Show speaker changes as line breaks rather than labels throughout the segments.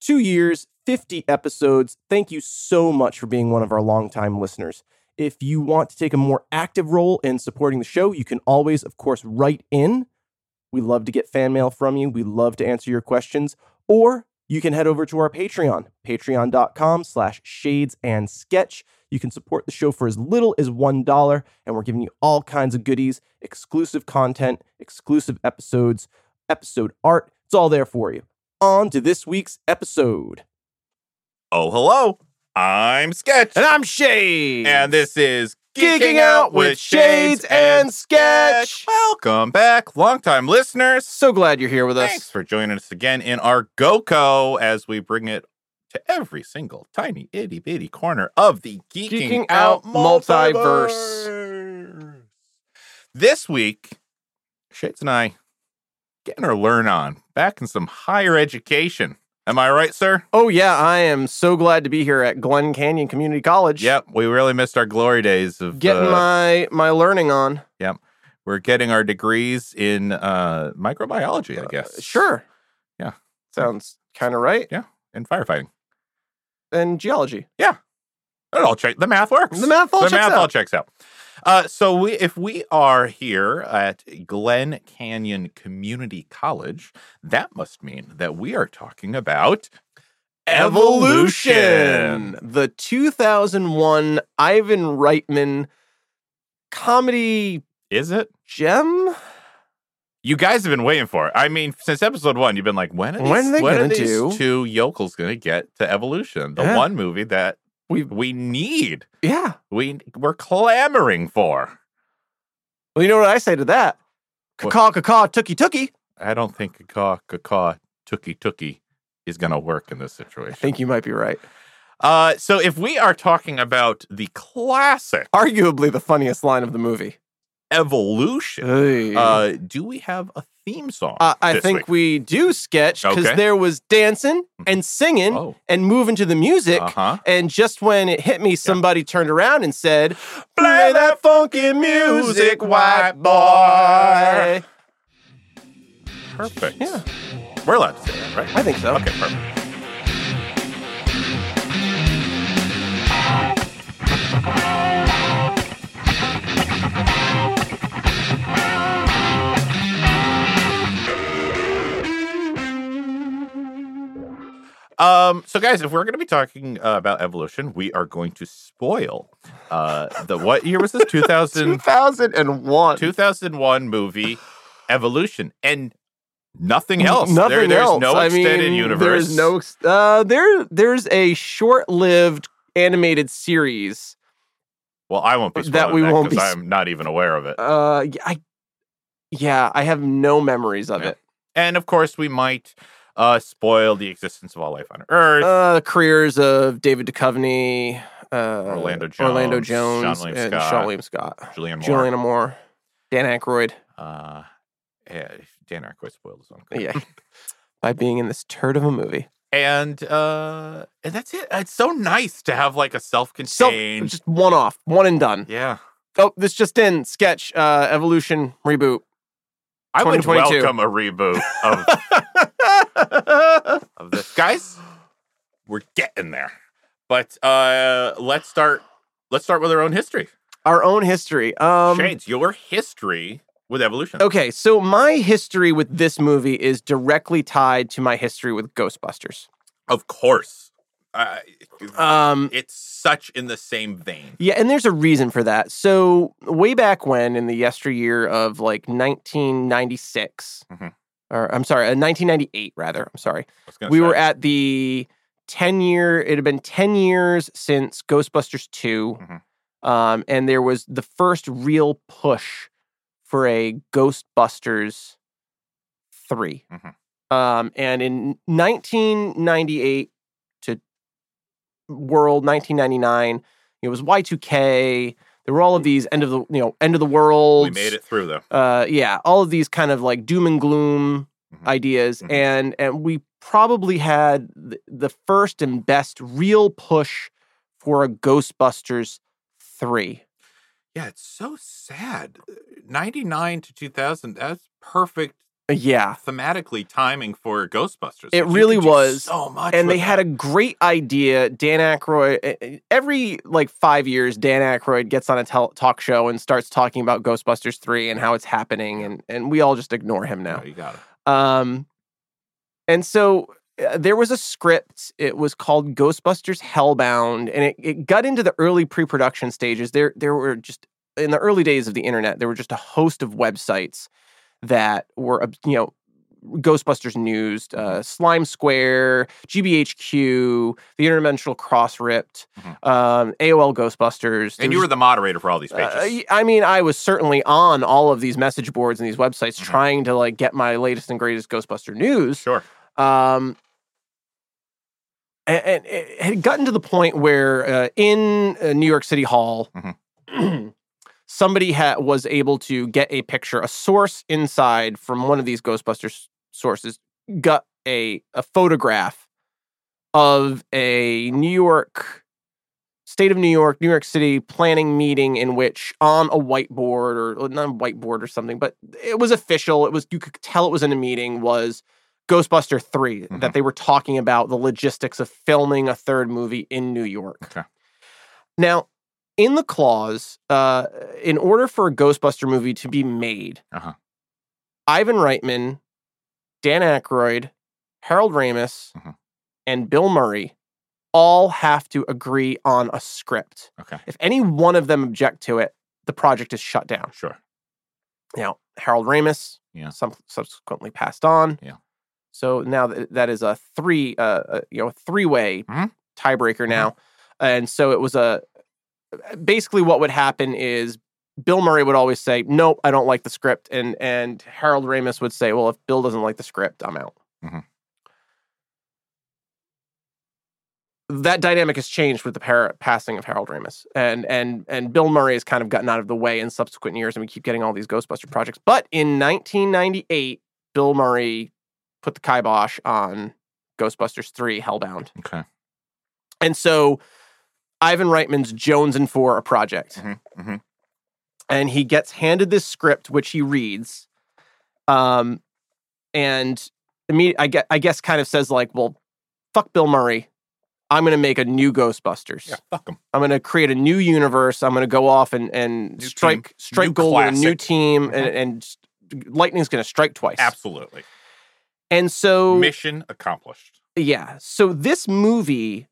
two years, 50 episodes. Thank you so much for being one of our longtime listeners. If you want to take a more active role in supporting the show, you can always, of course, write in. We love to get fan mail from you. We love to answer your questions. Or you can head over to our Patreon, patreon.com slash shades and sketch. You can support the show for as little as $1, and we're giving you all kinds of goodies, exclusive content, exclusive episodes, episode art. It's all there for you. On to this week's episode.
Oh, hello. I'm Sketch.
And I'm Shade.
And this is
Geeking Out with Shades and Sketch.
Welcome back, longtime listeners.
So glad you're here with us.
Thanks for joining us again in our GoCo as we bring it to every single tiny itty bitty corner of the Geeking,
Geeking Out
Out
multiverse.
multiverse. This week, Shades and I getting our learn on back in some higher education. Am I right, sir?
Oh, yeah, I am so glad to be here at Glen Canyon Community College.
Yep, we really missed our glory days of
Getting
uh,
my my learning on.
we're getting our degrees in uh, microbiology, I guess.
Uh, Sure.
Yeah.
Sounds kind of right.
And firefighting.
And geology.
It all check. The math works.
The math all
The
checks
math
out.
all checks out. Uh, so we, if we are here at Glen Canyon Community College, that must mean that we are talking about evolution.
The 2001 Ivan Reitman comedy
Is it?
gem?
You guys have been waiting for it. I mean, since episode one, you've been like, when are these,
When are they
are
gonna
these
do?
two yokels going to get to evolution? The
Yeah.
one movie that
We-
we need,
Yeah.
we we're clamoring for.
Well, you know what I say to that?
What?
Caw caw tookie tookie.
I don't think caw caw tookie tookie is going to work in this
I
situation.
think you might be right.
Uh, so if we are talking about the classic
Arguably the funniest line of the movie.
evolution,
Hey.
uh, do we have a theme song?
Uh, I
this
think
week?
we do sketch because
Okay.
there was dancing and singing
Oh,
and moving to the music.
uh huh.
And just when it hit me, somebody turned around and said,
Play that
funky
music, white boy." Perfect.
Yeah,
We're allowed to say that, right?
I think so.
Okay, perfect. Um, so guys, if we're going to be talking uh, about evolution, we are going to spoil uh, the what year was this? 2000,
2001.
2001 movie Evolution and nothing else.
Nothing
There- there's
else.
no
I
extended
mean,
universe.
There's no. ex- Uh, there, there's a short-lived animated series.
Well, I won't be
That
spoiling
we won't
'cause
be
I'm not even aware of it.
Uh, y- I, yeah, I have no memories of
Yeah.
it.
and of course, we might uh, spoil the existence of all life on Earth.
Uh, the careers of David Duchovny, uh,
Orlando
Orlando
Jones,
Jones,
Sean William
and
Scott,
Sean William Scott,
Julian Moore.
Juliana Moore, Dan Aykroyd.
Uh, yeah, Dan Aykroyd spoiled his own. career.
Yeah, by being in this turd of a movie.
And uh, and that's it. It's so nice to have like a
So
self-contained.
just one off, one and done.
yeah,
Oh, this just in sketch uh, evolution reboot.
I would
2022.
welcome a reboot of, of this, guys. We're getting there, but uh, let's start. Let's start with our own history.
Our own history. Um,
Shades, your history with evolution.
okay, so my history with this movie is directly tied to my history with Ghostbusters.
Of course. Uh,
Um,
it's such in the same vein.
Yeah, and there's a reason for that. So way back when, in the yesteryear of like 1996,
Mhm.
or I'm sorry, uh, 1998 rather. I'm sorry.
I was gonna
We
say.
were at the 10 year. It had been 10 years since Ghostbusters 2,
Mhm.
um, and there was the first real push for a Ghostbusters 3.
Mm-hmm.
Um, and in 1998 to world 1999, it was Y2K. There were all of these end of the you know end of the world.
Mm-hmm. we made it through though.
Uh, yeah, all of these kind of like doom and gloom
Mhm.
ideas,
Mhm.
and and we probably had th- the first and best real push for a Ghostbusters three.
Uh, Yeah, it's so sad. 99 to 2000, that's perfect
Yeah.
Thematically, timing for Ghostbusters.
It
which you
really
could do
was.
so much,
And they
with
had a
that.
great idea. Dan Aykroyd, eh, eh, every like five years, Dan Aykroyd gets on a tel- talk show and starts talking about Ghostbusters 3 and how it's happening. And, and we all just ignore him now.
No, you got it.
Um, and so uh, there was a script. It was called Ghostbusters Hellbound, and it, it got into the early pre-production stages. There, there were just in the early days of the internet, there were just a host of websites that were, uh, you know. Ghostbusters News,
Mm-hmm.
uh, Slime Square, GBHQ, the Interdimensional Cross Ripped,
Mhm.
um, AOL Ghostbusters. There
And you
was
were the moderator for all these pages.
uh, y- I mean, I was certainly on all of these message boards and these websites
Mhm.
trying to like get my latest and greatest Ghostbuster news.
sure.
Um, and, and it had gotten to the point where uh, in uh, New York City Hall, somebody ha- was able to get a picture, a source inside from one of these Ghostbusters sources, got a, a photograph of a New York, state of New York, New York City planning meeting in which on a whiteboard or or not a whiteboard or something, but it was official. It was, you could tell it was in a meeting, was Ghostbuster 3 that
Mhm.
they were talking about the logistics of filming a third movie in New York.
Okay.
Now, in the clause, uh, in order for a Ghostbuster movie to be made,
Uh-huh.
Ivan Reitman, Dan Aykroyd, Harold Ramis,
Mhm.
and Bill Murray all have to agree on a script.
Okay.
If any one of them object to it, the project is shut down.
Sure.
Now, Harold Ramis,
Yeah.
some, subsequently passed on.
Yeah.
So now that, that is a three, uh, uh, you know, three way
Mhm.
tiebreaker now, and so it was a basically what would happen is Bill Murray would always say, "Nope, I don't like the script," and and Harold Ramis would say, "Well, if Bill doesn't like the script, I'm out."
Mhm.
That dynamic has changed with the par- passing of Harold Ramis, and and and Bill Murray has kind of gotten out of the way in subsequent years, and we keep getting all these Ghostbuster projects. But in 1998, Bill Murray put the kibosh on Ghostbusters 3: Hellbound.
Okay.
And so Ivan Reitman's Jones and for a project.
Mhm, mhm.
And he gets handed this script, which he reads. Um, and imme- I, gue- I guess kind of says, like, well, fuck Bill Murray. I'm going to make a new Ghostbusters.
Yeah. Fuck them.
I'm going to create a new universe. I'm going to go off and, and
New
strike, strike
New
gold with a new
classic.
team. And,
Mhm.
and s- lightning's going to strike twice.
Absolutely.
And so.
Mission accomplished.
Yeah. So this movie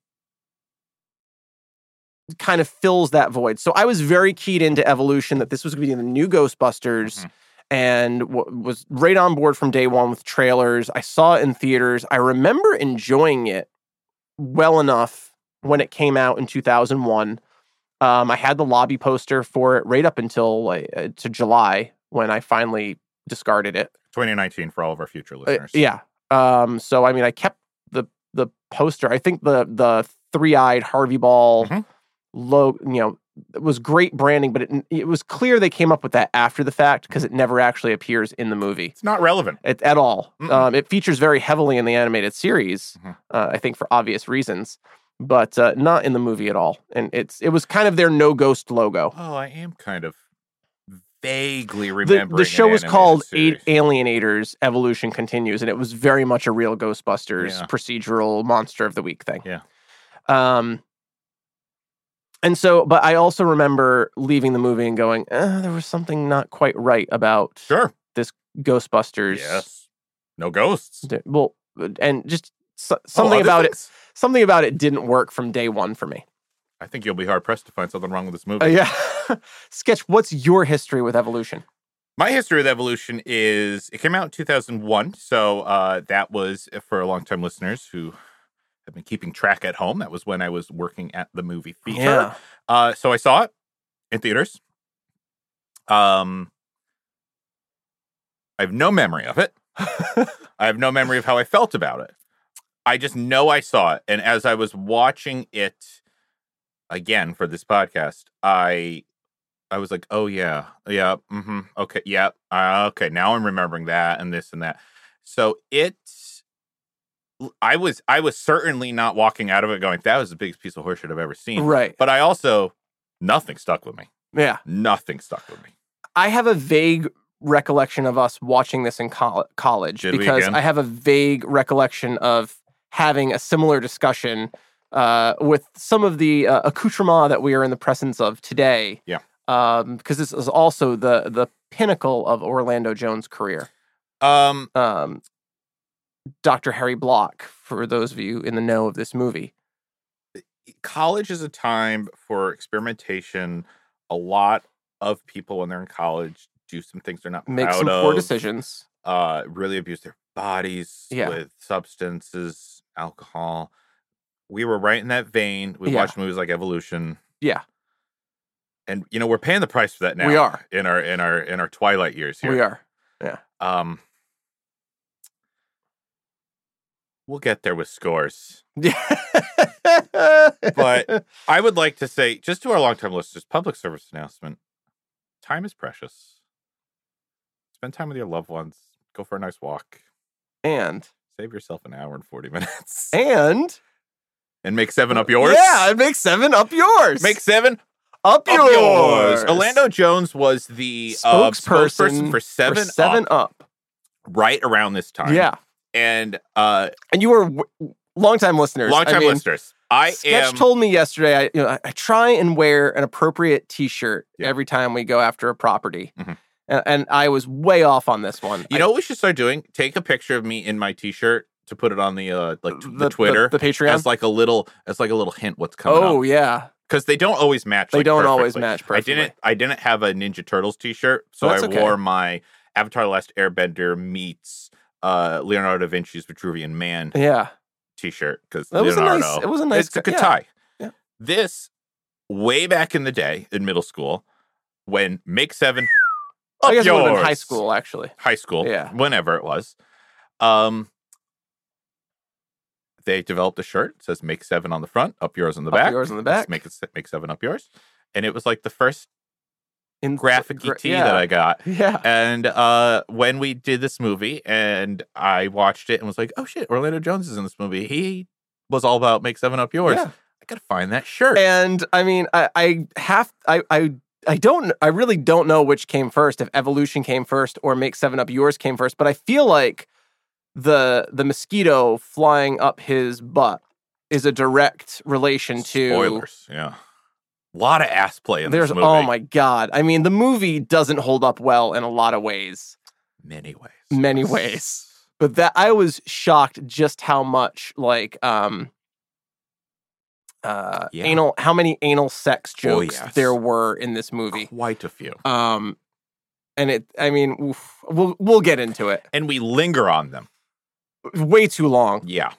kind of fills that void. So I was very keyed into evolution that this was going to be the new Ghostbusters
Mhm.
and w- was right on board from day one with trailers. I saw it in theaters. I remember enjoying it well enough when it came out in 2001. Um, I had the lobby poster for it right up until like, uh, to July when I finally discarded it.
2019 for all of our future
Uh,
listeners.
yeah. Um, so I mean, I kept the the poster. I think the the three eyed Harvey Ball
Mhm.
low, you know, it was great branding, but it it was clear they came up with that after the fact because it never actually appears in the movie
It's not relevant.
at, at all.
Mm-mm.
Um, it features very heavily in the animated series,
Mhm.
uh, I think for obvious reasons, but uh, not in the movie at all. And it's it was kind of their no ghost logo.
Oh, I am kind of vaguely
the,
remembering.
the
an
show was
animated
called
series.
A- Alienators Evolution Continues, and it was very much a real Ghostbusters
Yeah.
procedural monster of the week thing.
Yeah.
Um, and so, but I also remember leaving the movie and going, eh, there was something not quite right about
Sure.
Ghostbusters.
Yes. No ghosts.
D- Well, and just
Oh,
so- something about it. Something about it didn't work from day one for me.
it. I think you'll be hard pressed to find something wrong with this movie.
Uh, yeah. Sketch, what's your history with evolution?
My history with evolution is it came out in 2001. So uh, that was for longtime listeners who have been keeping track at home. That was when I was working at the movie theater. Uh, so I saw it in theaters. Um, I have no memory of it. I have no memory of how I felt about it. I just know I saw it, and as I was watching it again for this podcast, I I was like, "Oh yeah, yeah, mm-hmm, okay, yeah, uh, okay." Now I'm remembering that and this and that. So it, I was I was certainly not walking out of it going, "That was the biggest piece of horseshit I've ever seen."
Right.
But I also, nothing stuck with me.
Yeah.
Nothing stuck with me.
I have a vague recollection of us watching this in col- college
Did we
because
again?
I have a vague recollection of having a similar discussion uh, with some of the uh, accoutrements that we are in the presence of today.
Yeah.
Um, because this is also the the pinnacle of Orlando Jones' career.
Um,
Um, Dr. Harry Block, for those of you in the know of this movie.
college is a time for experimentation. A lot of people when they're in college do some things they're not
Make
proud
some
of.
poor decisions.
Uh, really abuse their bodies
Yeah.
with substances, alcohol. We were right in that vein. We
Yeah.
watched movies like Evolution.
Yeah.
And you know we're paying the price for that now.
We are.
in our in our in our twilight years here.
We are.
Um, we'll get there with scores.
Yeah.
But- I would like to say, just to our longtime listeners, public service announcement: time is precious. Spend time with your loved ones. Go for a nice walk.
and
Save yourself an hour and forty minutes,
and
and make seven up yours.
uh, Yeah, and make seven up yours.
make seven
up
up
yours.
yours. Orlando Jones was the uh,
Spokesperson
spokesperson for
For
seven,
seven
up
up.
right around this time.
Yeah,
and uh,
and you were long time listeners.
longtime
I mean,
listeners, I
Sketch
am.
told me yesterday. I, you know, I, I try and wear an appropriate T-shirt
Yeah.
every time we go after a property,
Mhm.
and, and I was way off on this one.
You know what we should start doing? Take a picture of me in my t-shirt to put it on the uh
I-
like t- the, Twitter
the, Patreon.
as like a little as like a little hint what's coming
oh yeah,
Cuz they don't always match
they
like,
don't always
perfectly.
match perfectly.
I didn't I didn't have a Ninja Turtles t-shirt, so I
That's okay.
wore my Avatar The Last Airbender meets uh Leonardo da Vinci's Vitruvian Man
Yeah,
t-shirt cuz
that was a
Leonardo
nice. It was a nice.
it's a good
yeah.
tie.
Yeah.
This way back in the day in middle school when Make 7
I guess it
up
would have been high
yours
school actually.
high school,
Yeah.
whenever it was. Um, they developed a shirt it says "Make Seven on the front, up yours on the
Up
back."
yours on the
Let's
back.
Make it se- make seven up yours, and it was like the first
In
graphic
gra-
tee
yeah.
that I got.
Yeah.
And uh, when we did this movie, and I watched it and was like, "Oh shit, Orlando Jones is in this movie." He was all about "Make Seven Up Yours."
Yeah.
I gotta find that shirt.
And I mean, I, I have, I, I, I don't, I really don't know which came first, if Evolution came first or Make Seven Up Yours came first, but I feel like the the mosquito flying up his butt is a direct relation to.
Spoilers, yeah. A lot of ass play in
There's
this movie.
oh my god! I mean, the movie doesn't hold up well in a lot of ways,
many ways,
many ways. But that I was shocked just how much like um uh
Yeah.
anal how many anal sex
Oh,
jokes
yes.
there were in this movie.
quite a few.
Um, and it, I mean, oof, we'll we'll get into it.
and we linger on them.
Way too long.
Yeah.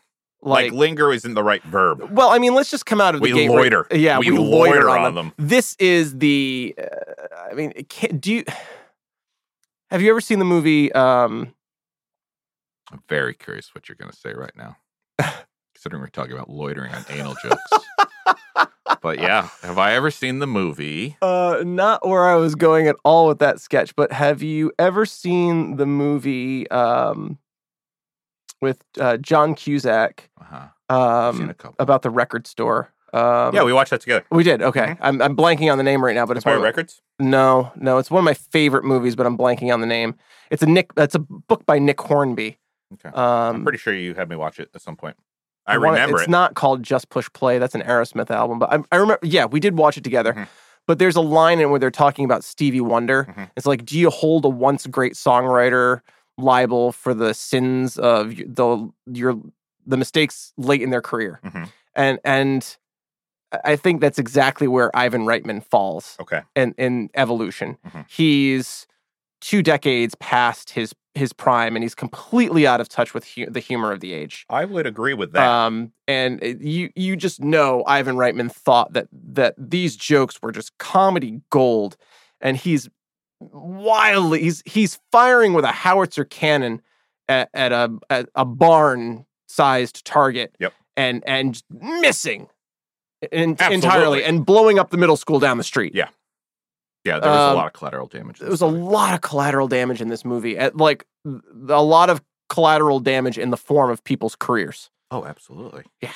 Like,
Like,
linger isn't the right verb.
well, I mean, let's just come out of the
We
gate.
loiter.
yeah,
We
we, loiter,
loiter
on,
on
them.
them.
This is the. Uh, I mean, it can't, do you have you ever seen the movie? Um,
I'm very curious what you're going to say right now, considering we're talking about loitering on anal jokes. but yeah, have I ever seen the movie?
uh, not where I was going at all with that sketch, but have you ever seen the movie um, with uh, John Cusack
Uh-huh. I've seen
um,
a couple.
about the record store? Um,
yeah, we watched that together.
We did. Okay. I'm, I'm blanking on the name right now, but it's
Empire
one of,
Records?
no, no, it's one of my favorite movies, but I'm blanking on the name. It's a Nick. It's a book by Nick Hornby.
Okay. I'm
Um,
pretty sure you had me watch it at some point. I,
wanna-
remember
it's
it.
not called Just Push Play. That's an Aerosmith album, but I, I remember. Yeah, we did watch it together.
Mhm.
But there's a line in where they're talking about Stevie Wonder.
Mhm.
It's like, do you hold a once great songwriter liable for the sins of y- the your the mistakes late in their career?
Mhm.
And and I- I think that's exactly where Ivan Reitman falls
Okay.
in, in evolution.
Mhm.
He's two decades past his his prime, and he's completely out of touch with hu- the humor of the age.
I would agree with that.
Um, and it- you you just know Ivan Reitman thought that that these jokes were just comedy gold, and he's wildly he's he's firing with a howitzer cannon at, at a at a barn sized target.
Yep.
And and missing in,
Absolutely.
entirely and blowing up the middle school down the street.
Yeah. yeah, there was a
um,
lot of collateral damage. in
There was
this
a
movie.
lot of collateral damage in this movie. At like th- a lot of collateral damage in the form of people's careers.
Oh, absolutely.
Yeah.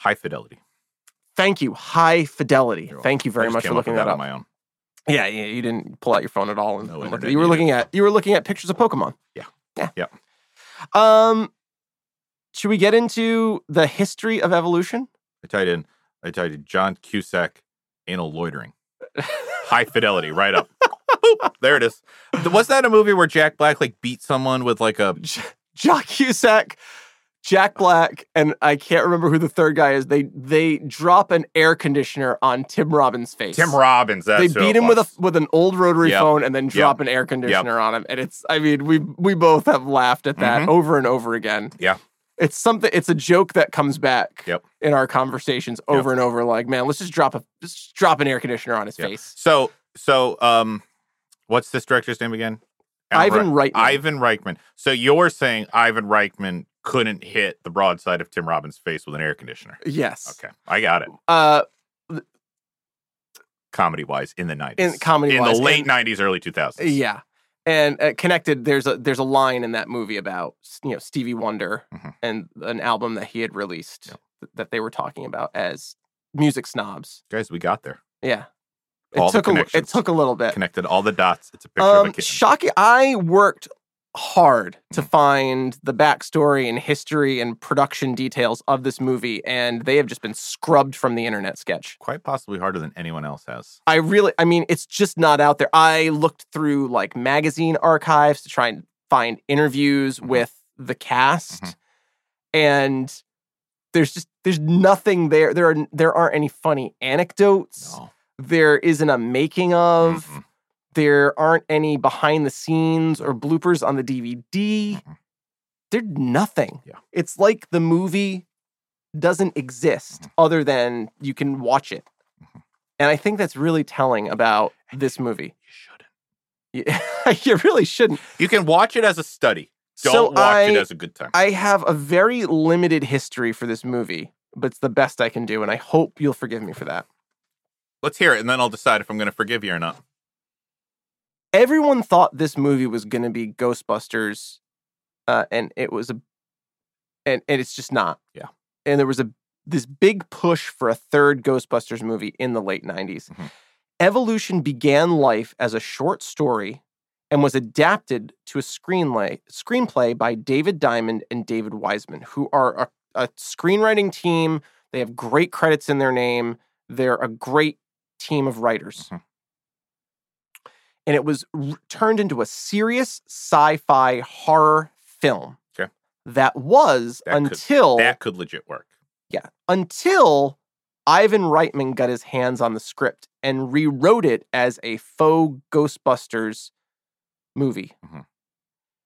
High fidelity.
Thank you. High fidelity.
You're welcome.
Thank you
I
very
just
much
came
for
with
looking that
on
up.
my own.
Yeah, you, you didn't pull out your phone at all, and
No
and look at-
internet
you were
needed.
looking at you were looking at pictures of Pokemon.
Yeah.
yeah,
Yep.
Um, should we get into the history of evolution?
I tied in. I tied in John Cusack anal loitering. High fidelity, right up. Boop, there it is. Was that a movie where Jack Black like beat someone with like a?
J- Jock Cusack,
Uh.
Jack Black, and I can't remember who the third guy is. They they drop an air conditioner on Tim Robbins' face.
Tim Robbins. That's
They
who
beat
it
him with a
was.
with an old rotary
Yep.
phone and then drop an air conditioner on him. And it's I mean, we we both have laughed at that
Mhm.
over and over again.
Yeah.
It's something it's a joke that comes back
Yep.
in our conversations
Yep.
over and over, like, man, let's just drop a let's just drop an air conditioner on his
Yep.
face.
So so um, what's this director's name again? Alan
Ivan Reitman.
Ivan Reichman. So you're saying Ivan Reichman couldn't hit the broadside of Tim Robbins' face with an air conditioner?
Yes.
Okay, I got it.
Uh
Comedy wise, in the nineties,
in comedy
in the
wise,
late
and-
nineties, early two thousands.
Yeah, and uh, connected. There's a there's a line in that movie about you know Stevie Wonder
Mhm.
and an album that he had released
Yeah.
th- that they were talking about as music snobs.
guys, we got there.
Yeah,
All
it
the
took a li- it
connections.
took a little bit.
Connected all the dots. It's a picture of a
Um,
kitten.
shocking. I worked hard
Mm-hmm.
to find the backstory and history and production details of this movie, and they have just been scrubbed from the internet sketch.
Quite possibly harder than anyone else has.
I really, I mean, it's just not out there. I looked through like magazine archives to try and find interviews
Mhm.
with the cast,
Mhm.
and there's just there's nothing there. There are there aren't any funny anecdotes.
No. Mm-hmm.
There isn't a making of.
Mm-mm.
There aren't any behind the scenes or bloopers on the DVD.
Mhm.
There's nothing.
Yeah.
It's like the movie doesn't exist
Mhm.
other than you can watch it.
Mhm.
And I think that's really telling about this movie.
You shouldn't.
You you really shouldn't.
You can watch it as a study. Don't
so
watch
I,
it as a good time.
I have a very limited history for this movie, but it's the best I can do. And I hope you'll forgive me for that.
Let's hear it, and then I'll decide if I'm going to forgive you or not.
everyone thought this movie was going to be Ghostbusters, uh, and it was a, and and it's just not.
Yeah.
And there was a this big push for a third Ghostbusters movie in the late '90s.
Mhm.
Evolution began life as a short story and was adapted to a screenplay screenplay by David Diamond and David Wiseman, who are a, a screenwriting team. They have great credits in their name. They're a great team of writers
Mm-hmm.
and it was r- turned into a serious sci-fi horror film.
Okay.
That was
That could-
until
That could legit work.
until Ivan Reitman got his hands on the script and rewrote it as a faux Ghostbusters movie.
Mhm.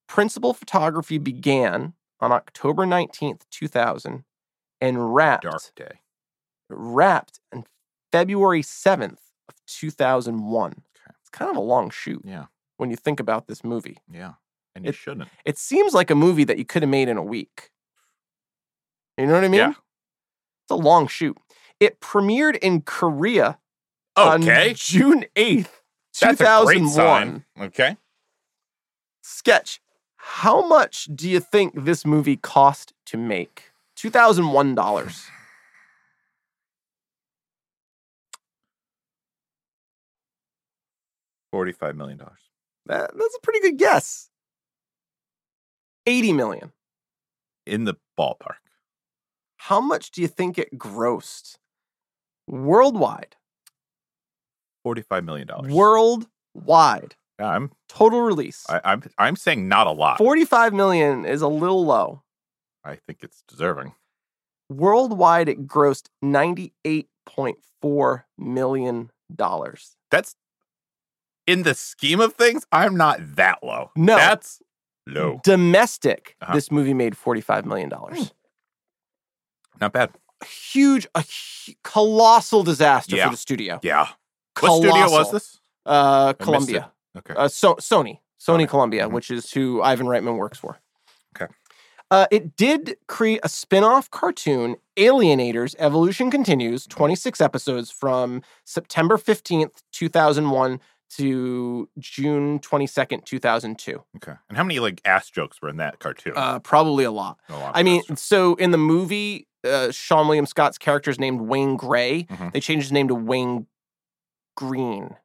Principal photography began on October 19th, 2000 and wrapped
Dark day.
wrapped on February 7th of 2001.
Okay.
It's kind of a long shoot
Yeah.
when you think about this movie.
Yeah. And you
It-
shouldn't.
It seems like a movie that you could have made in a week. You know what I mean?
Yeah.
It's a long shoot. It premiered in Korea
Okay.
on June 8th,
That's a great
2001.
sign. Okay.
Sketch. How much do you think this movie cost to make? $2001.
$45 million.
That, that's a pretty good guess. 80 million.
In the ballpark.
How much do you think it grossed worldwide?
$45 million.
Worldwide.
Yeah, I'm,
Total release.
I, I'm, I'm saying not a lot.
45 million is a little low.
I think it's deserving.
Worldwide, it grossed $98.4 million.
that's in the scheme of things, I'm not that low.
No.
That's low.
Domestic,
Uh-huh. Hmm.
this movie made $45 million. Mm.
Not bad.
A huge, a hu- colossal disaster
Yeah.
for the studio.
Yeah. What studio was
Colossal.
this?
Uh,
it.
Columbia.
Okay.
uh, so- Sony, Sony
Sony.
Columbia,
Mhm.
which is who Ivan Reitman works for.
Okay.
Uh, it did create a spin-off cartoon, Alienators: Evolution Continues, 26 episodes from September 15th, 2001 to June 22nd, 2002.
okay. And how many like ass jokes were in that cartoon?
Uh, probably a lot.
A lot of
I mean,
ass jokes.
so in the movie, uh, Sean William Scott's character is named Wayne Gray.
Mhm.
They changed his name to Wayne Green.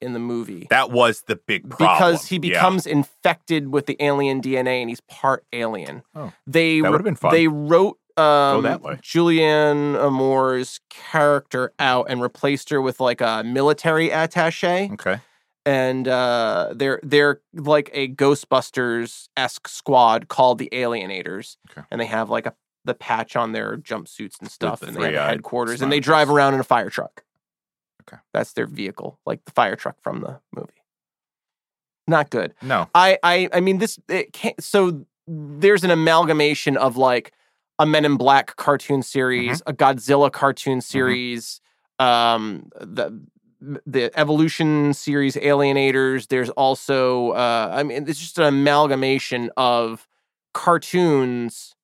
in the movie
That was the big problem.
because he
Yeah.
becomes infected with the alien DNA and he's part alien.
Oh,
they
that would've been fun.
They wrote um,
that way.
Julianne Moore's character out and replaced her with like a military attaché,
Okay.
and uh, they're they're like a Ghostbusters esque squad called the Alienators,
Okay.
and they have like a the patch on their jumpsuits and stuff,
the
and they have a
three-eyed
headquarters, and they
smiley
drive
face.
around in a fire truck.
Okay.
that's their vehicle, like the fire truck from the movie. Not good.
No.
I I I mean this it can't, so there's an amalgamation of like a Men in Black cartoon series, a Godzilla cartoon series, um the the evolution series alienators there's also uh i mean it's just an amalgamation of cartoons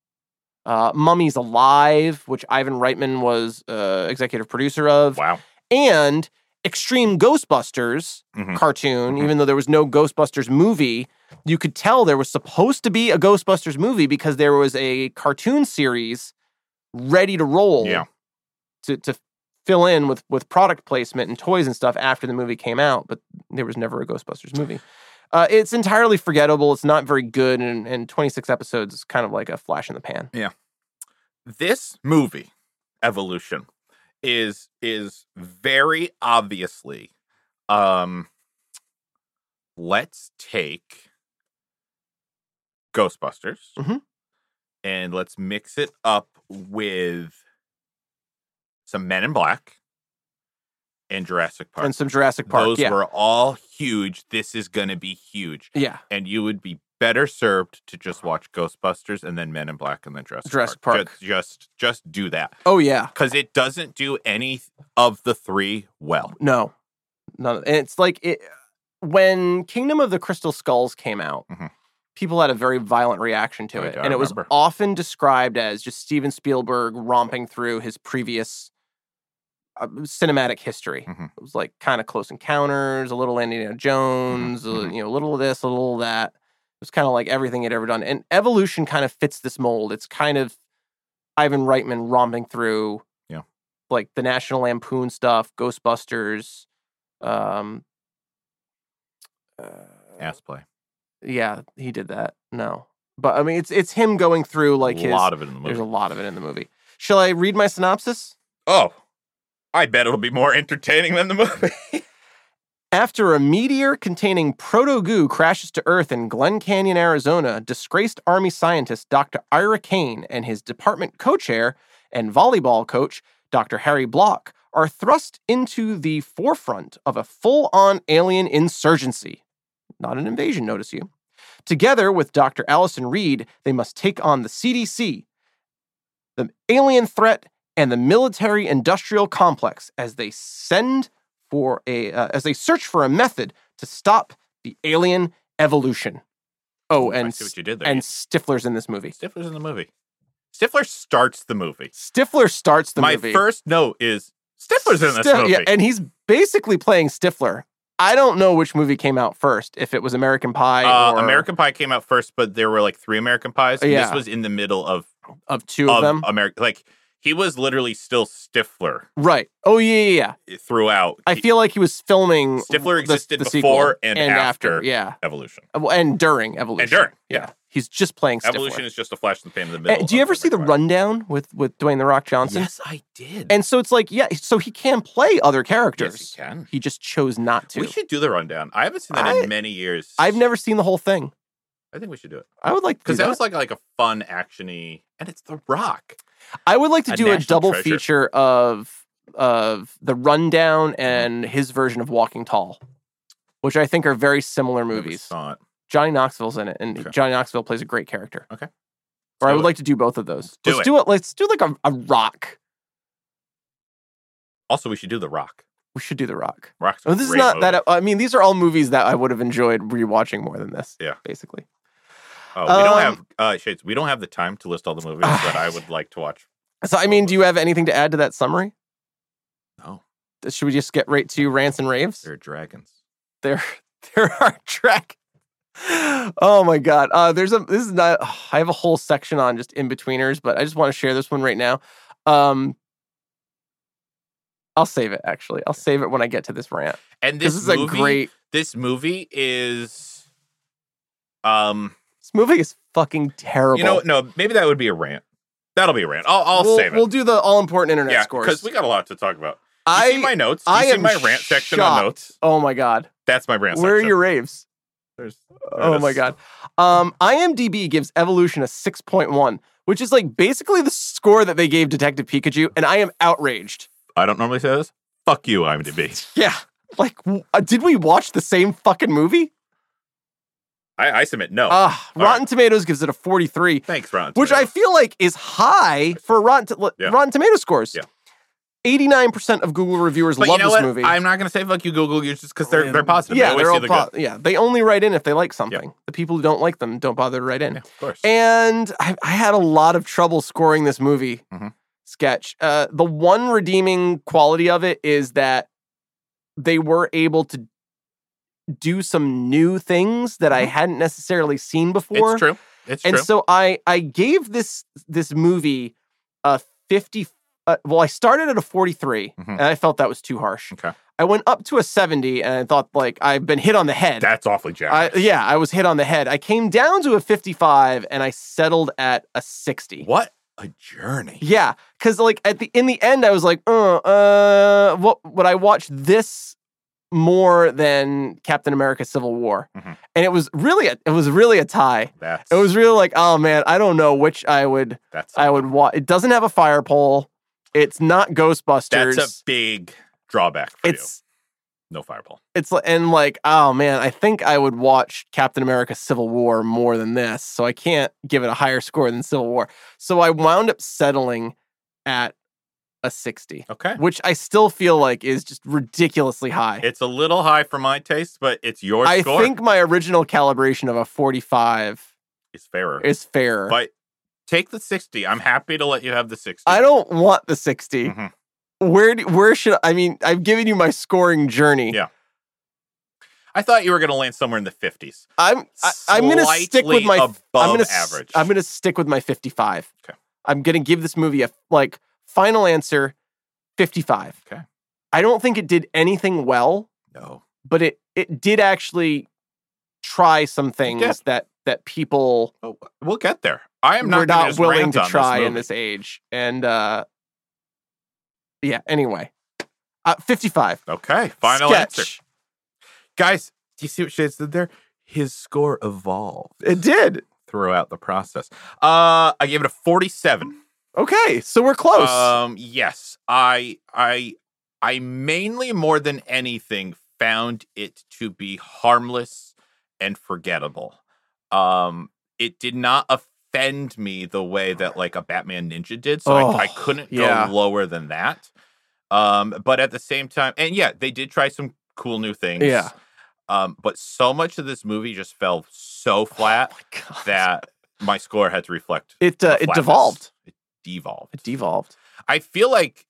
uh mummies alive which ivan reitman was uh executive producer of
Wow.
and extreme ghostbusters
Mhm.
cartoon,
Mhm.
even though there was no Ghostbusters movie, you could tell there was supposed to be a Ghostbusters movie because there was a cartoon series ready to roll
Yeah.
to, to fill in with, with product placement and toys and stuff after the movie came out, but there was never a Ghostbusters movie. Uh, it's entirely forgettable. It's not very good, and, and 26 episodes is kind of like a flash in the pan.
This movie, Evolution, is is very obviously um let's take Ghostbusters
Mhm.
and let's mix it up with some Men in Black and Jurassic Park.
And some Jurassic Park.
Those
yeah.
were all huge. This is going to be huge.
yeah.
and you would be better served to just watch Ghostbusters and then Men in Black and then Jurassic,
Jurassic Park.
Ju- Just, just do that
Oh, yeah.
because it doesn't do any of the three well.
No, none. of- And it's like it when Kingdom of the Crystal Skulls came out,
Mhm.
people had a very violent reaction to
Oh,
it,
yeah, I
and it was
remember.
often described as just Steven Spielberg romping through his previous uh, cinematic history.
Mhm.
It was like kind of Close Encounters, a little
Mm-hmm,
Indiana Jones, a-
mhm.
you know, a little of this, a little of that. It was kind of like everything he'd ever done, and Evolution kind of fits this mold. It's kind of Ivan Reitman romping through like the National Lampoon stuff, Ghostbusters, um, uh,
Ass play,
yeah, he did that. No, but I mean, it's it's him going through like
a
his.
lot of it in the
there's
movie.
a lot of it in the movie. Shall I read my synopsis?
oh, I bet it'll be more entertaining than the movie.
After a meteor containing proto goo crashes to Earth in Glen Canyon, Arizona, disgraced Army scientist Dr. Ira Kane and his department co chair and volleyball coach, Dr. Harry Block, are thrust into the forefront of a full on alien insurgency. Not an invasion, notice you. Together with Dr. Allison Reed, they must take on the CDC, the alien threat, and the military industrial complex as they send for a uh, as they search for a method to stop the alien evolution. Oh,
I
and
see what you did there.
and Stifler's in this movie.
Stifler's in the movie. Stifler starts the movie.
Stifler starts the
My
movie.
first note is Stifler's in this
Stif-
movie.
Yeah, and he's basically playing Stifler. I don't know which movie came out first, if it was American Pie
uh,
or
American Pie came out first, but there were like three American Pies. and This
Yeah.
was in the middle of
of two of, them.
America. Like he was literally still Stifler
right. Oh yeah, yeah, yeah.
throughout.
I
he-
feel like he was filming
Stifler
the-
existed
the sequel
before and after.
Yeah.
evolution.
Well, And during evolution.
during,
Yeah.
yeah.
He's just playing Stifler.
Evolution is just a flash in the pan in the
Uh,
middle.
do you
of
ever see the
American Pie.
rundown with with Dwayne the Rock Johnson?
Yes, I did.
And so it's like, yeah, so he can play other characters.
yes, you can.
He just chose not to.
We should do the rundown. I haven't seen that
I-
in many years.
I've never seen the whole thing.
I think we should do it
I would like to do
because that was like like a fun actiony, and it's The Rock.
I would like to
a
do a
national
double
treasure.
feature of of the
Mm-hmm.
rundown and his version of Walking Tall, which I think are very similar
Never
movies.
saw it.
Johnny Knoxville's in it, and
Okay.
Johnny Knoxville plays a great character.
Okay.
Or I
do
would
it.
like to do both of those.
do
Let's
it.
do it. Let's do like a, a rock.
Also, we should do The Rock.
We should do the rock.
Rock's a
Oh, this is
great
not
movie.
that. I mean, these are all movies that I would have enjoyed rewatching more than this.
Yeah.
basically.
Oh, we don't
um,
have uh, shades. We don't have the time to list all the movies that I would like to watch.
So, I mean, do you have anything to add to that summary?
No,
Should we just get right to rants and raves?
they're dragons.
there there are track oh my god uh there's a this is not i have a whole section on just in betweeners but i just want to share this one right now um I'll save it. Actually, I'll save it when I get to this rant.
And this,
This, is
movie,
a great.
This movie is, um,
This movie is fucking terrible.
you know, no, maybe that would be a rant. That'll be a rant. I'll, I'll
we'll,
save it.
We'll do the all important internet
yeah,
scores.
because we got a lot to talk about. You
I.
see my notes. You
I
see
am
my rant section on
shocked.
notes.
oh my god.
That's my rant
Where are
section.
your raves?
There's- there it
Oh my
is.
god. Um, IMDb gives Evolution a six point one, which is like basically the score that they gave Detective Pikachu, and I am outraged.
I don't normally say this. Fuck you, IMDb.
Yeah. Like, w- uh, did we watch the same fucking movie?
I, I submit no.
Ah,
Oh. all
Rotten Tomatoes gives it a 43,
Thanks, Ron.
which I feel like is high for Rotten, to-
Yeah.
Rotten Tomato scores.
Yeah.
89% of Google reviewers
but
love
you know
this
what?
movie.
I'm not gonna say fuck you, Google. You're just because they're they're positive.
yeah,
they always
they're
see
all
the
po- yeah, they only write in if they like something. The people who don't like them don't bother to write in.
good. Yeah, of course.
And I, I had a lot of trouble scoring this movie
Mhm.
sketch. Uh, the one redeeming quality of it is that they were able to do some new things that I
Mhm.
hadn't necessarily seen before.
it's true. It's
and
true.
so I I gave this this movie a 50 uh, well I started at a 43
Mhm.
and I felt that was too harsh.
Okay.
I went up to a 70 and I thought like I've been hit on the head.
That's awfully
I,
jacked.
yeah, I was hit on the head. I came down to a 55 and I settled at a 60.
what a journey.
Yeah, cuz like at the in the end I was like, "Uh, uh what would I watch this more than Captain America Civil War?"
Mhm.
And it was really a, it was really a tie.
That's
It was really like, "Oh man, I don't know which I would
that's
I would watch. It doesn't have a fire pole. It's not Ghostbusters.
that's a big drawback for
it's
you. No fireball.
it's li- and like oh man, I think I would watch Captain America: Civil War more than this, so I can't give it a higher score than Civil War. So I wound up settling at a sixty,
Okay.
which I still feel like is just ridiculously high.
It's a little high for my taste, but it's your
I
score.
think my original calibration of a forty-five
it's fairer.
is fair.
but take the sixty. I'm happy to let you have the sixty.
I don't want the 60
Mhm.
Where do, where should I mean? I've given you my scoring journey.
Yeah. I thought you were gonna land somewhere in the fifties.
I'm I, I'm gonna stick with
Slightly
my
above
I'm gonna, s-
average.
I'm gonna stick with my 55.
Okay.
I'm gonna give this movie a like final answer 55.
Okay.
I don't think it did anything well,
No.
but it it did actually try some things
did.
that that people
Oh, we'll get there. I am not,
were
gonna
not
just
willing
rant
to
on
try
this
in
movie.
this age. And uh yeah, anyway. Uh 55.
Okay, final
Sketch.
answer, guys. Do you see what Shades did there? His score evolved
It did.
throughout the process. Uh, I gave it a forty-seven.
Okay, so we're close.
Um, yes, I, I, I mainly more than anything found it to be harmless and forgettable. Um, it did not offend me the way that like a Batman Ninja did, so
Oh,
I, I couldn't
yeah.
go lower than that. Um, but at the same time, and yeah, they did try some cool new things.
Yeah.
Um, but so much of this movie just fell so
Oh
flat
my God.
that my score had to reflect
it
the
uh, it
flatness.
devolved.
It devolved.
It devolved.
I feel like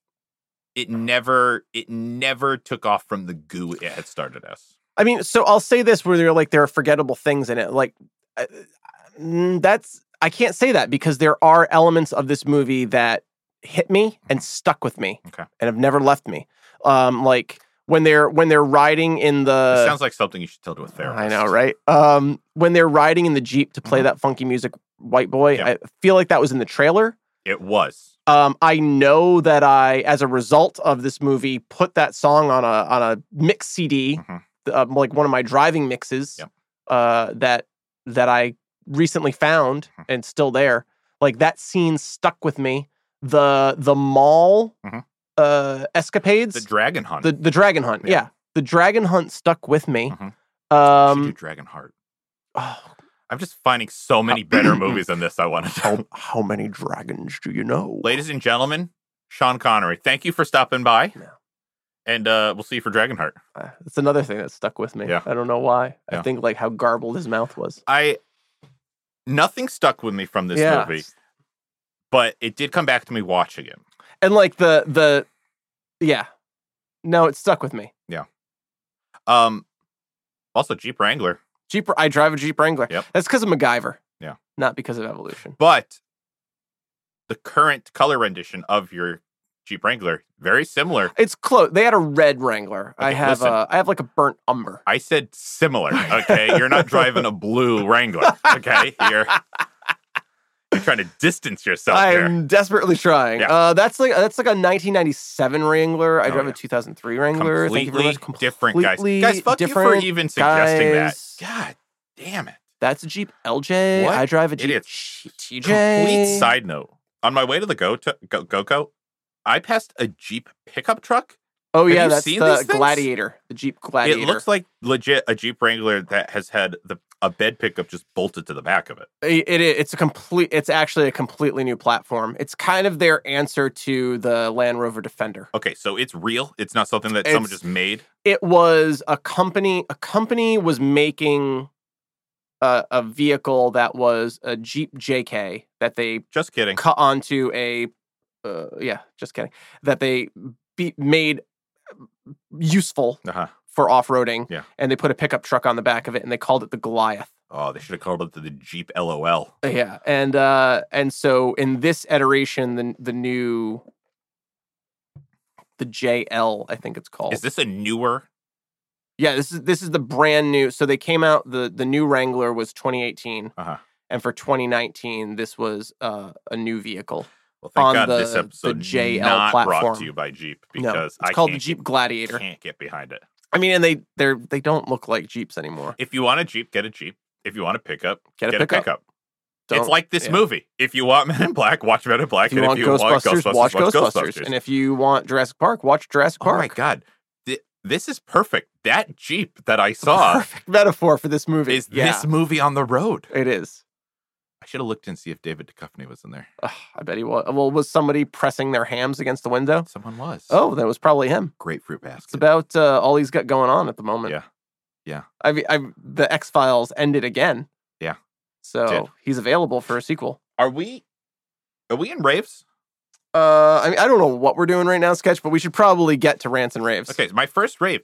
it never it never took off from the goo it had started as.
I mean, so I'll say this where they're like there are forgettable things in it. Like uh, mm, that's I can't say that because there are elements of this movie that hit me and stuck with me
Okay.
and have never left me. Um, like when they're when they're riding in
it
the
sounds like something you should tell to a therapist.
Uh, I know, right? Um, when they're riding in the jeep to play
Mhm.
that funky music, White Boy.
Yeah.
I feel like that was in the trailer.
It was.
Um, I know that I, as a result of this movie, put that song on a on a mix CD,
Mhm.
uh, like one of my driving mixes
Yep.
uh, that that I recently found
Mhm.
and still there. Like that scene stuck with me. The the mall
Mhm.
uh, escapades,
The dragon hunt.
the the dragon hunt, yeah.
Yeah.
the dragon hunt stuck with me.
Mhm. We should do
Um,
dragon heart.
oh,
I'm just finding so many better movies than this I want to tell.
how, how many dragons do you know?
Ladies and gentlemen, Sean Connery, thank you for stopping by.
Yeah.
And uh, we'll see you for Dragonheart.
Uh, It's another thing that stuck with me.
Yeah.
I don't know why. I
Yeah.
think like how garbled his mouth was.
I nothing stuck with me from this
Yeah.
movie, but it did come back to me watching it.
And like the the yeah. No, it stuck with me.
Um also Jeep Wrangler.
Jeep I drive a Jeep Wrangler.
Yep.
That's because of MacGyver.
Yeah.
Not because of evolution.
but the current color rendition of your Jeep Wrangler. Very similar.
It's close. They had a red Wrangler. I
Okay,
have
listen.
a, I have like a burnt umber.
I said similar. Okay, you're not driving a blue Wrangler. Okay, you're, you're trying to distance yourself here.
I'm desperately trying.
Yeah.
Uh, that's like that's like a 1997 Wrangler. I
Oh,
drive
yeah.
a 2003 Wrangler. Thank you very much.
Completely different guys.
Completely
Guys, fuck you for
different
even suggesting
guys.
that. God damn it.
That's a Jeep LJ.
What
I drive a Jeep
Idiots.
TJ.
Complete side note. On my way to the go to go go go, I passed a Jeep pickup truck.
Oh
Have
yeah,
you
that's
seen
the
these things?
Gladiator. The Jeep Gladiator.
It looks like legit a Jeep Wrangler that has had the a bed pickup just bolted to the back of it.
It- it- it's a complete. It's actually a completely new platform. It's kind of their answer to the Land Rover Defender.
Okay, so it's real. It's not something that someone
It's-
just made.
It was a company. A company was making a, a vehicle that was a Jeep JK that they
Just kidding.
cut onto a. Uh, yeah, just kidding. That they be, made useful
Uh-huh.
for off roading.
Yeah.
And they put a pickup truck on the back of it, and they called it the Goliath.
Oh, they should have called it the Jeep LOL.
Yeah, and uh, and so in this iteration, the the new the JL, I think it's called.
Is this a newer?
yeah, this is this is the brand new. So they came out the the new Wrangler was 2018,
Uh-huh.
and for 2019, this was uh, a new vehicle.
Well, thank
On
God
the-
this
the
episode
JL
not brought
platform.
to you by Jeep
No,
because
It's
I
called the
can't
Jeep Gladiator.
Get, can't get behind it.
I mean, and they they are they don't look like Jeeps anymore.
If you want a Jeep, get a Jeep. If you want a pickup,
Get a
get
pickup.
a pickup.
Don't-
it's like this
yeah.
movie. If you want Men in Black, watch Men in Black.
if you
and
want
if you
Ghostbusters,
want Ghostbusters,
watch Ghostbusters.
Ghostbusters.
and if you want Jurassic Park, watch Jurassic
oh my
Park.
God, Th- this is perfect. That Jeep that I saw
Perfect metaphor for this movie.
is
yeah,
this movie on the road.
it is.
I should have looked and see if David Duchovny was in there.
Ugh, I bet he was. Well, was somebody pressing their hams against the window?
Someone was.
Oh, that was probably him.
grapefruit basket.
It's about uh, all he's got going on at the moment.
Yeah. Yeah.
I mean, I the X Files ended again.
Yeah.
So
Did.
he's available for a sequel.
Are we? Are we in raves?
Uh, I mean, I don't know what we're doing right now, sketch, but we should probably get to rants and raves.
Okay, my first rave.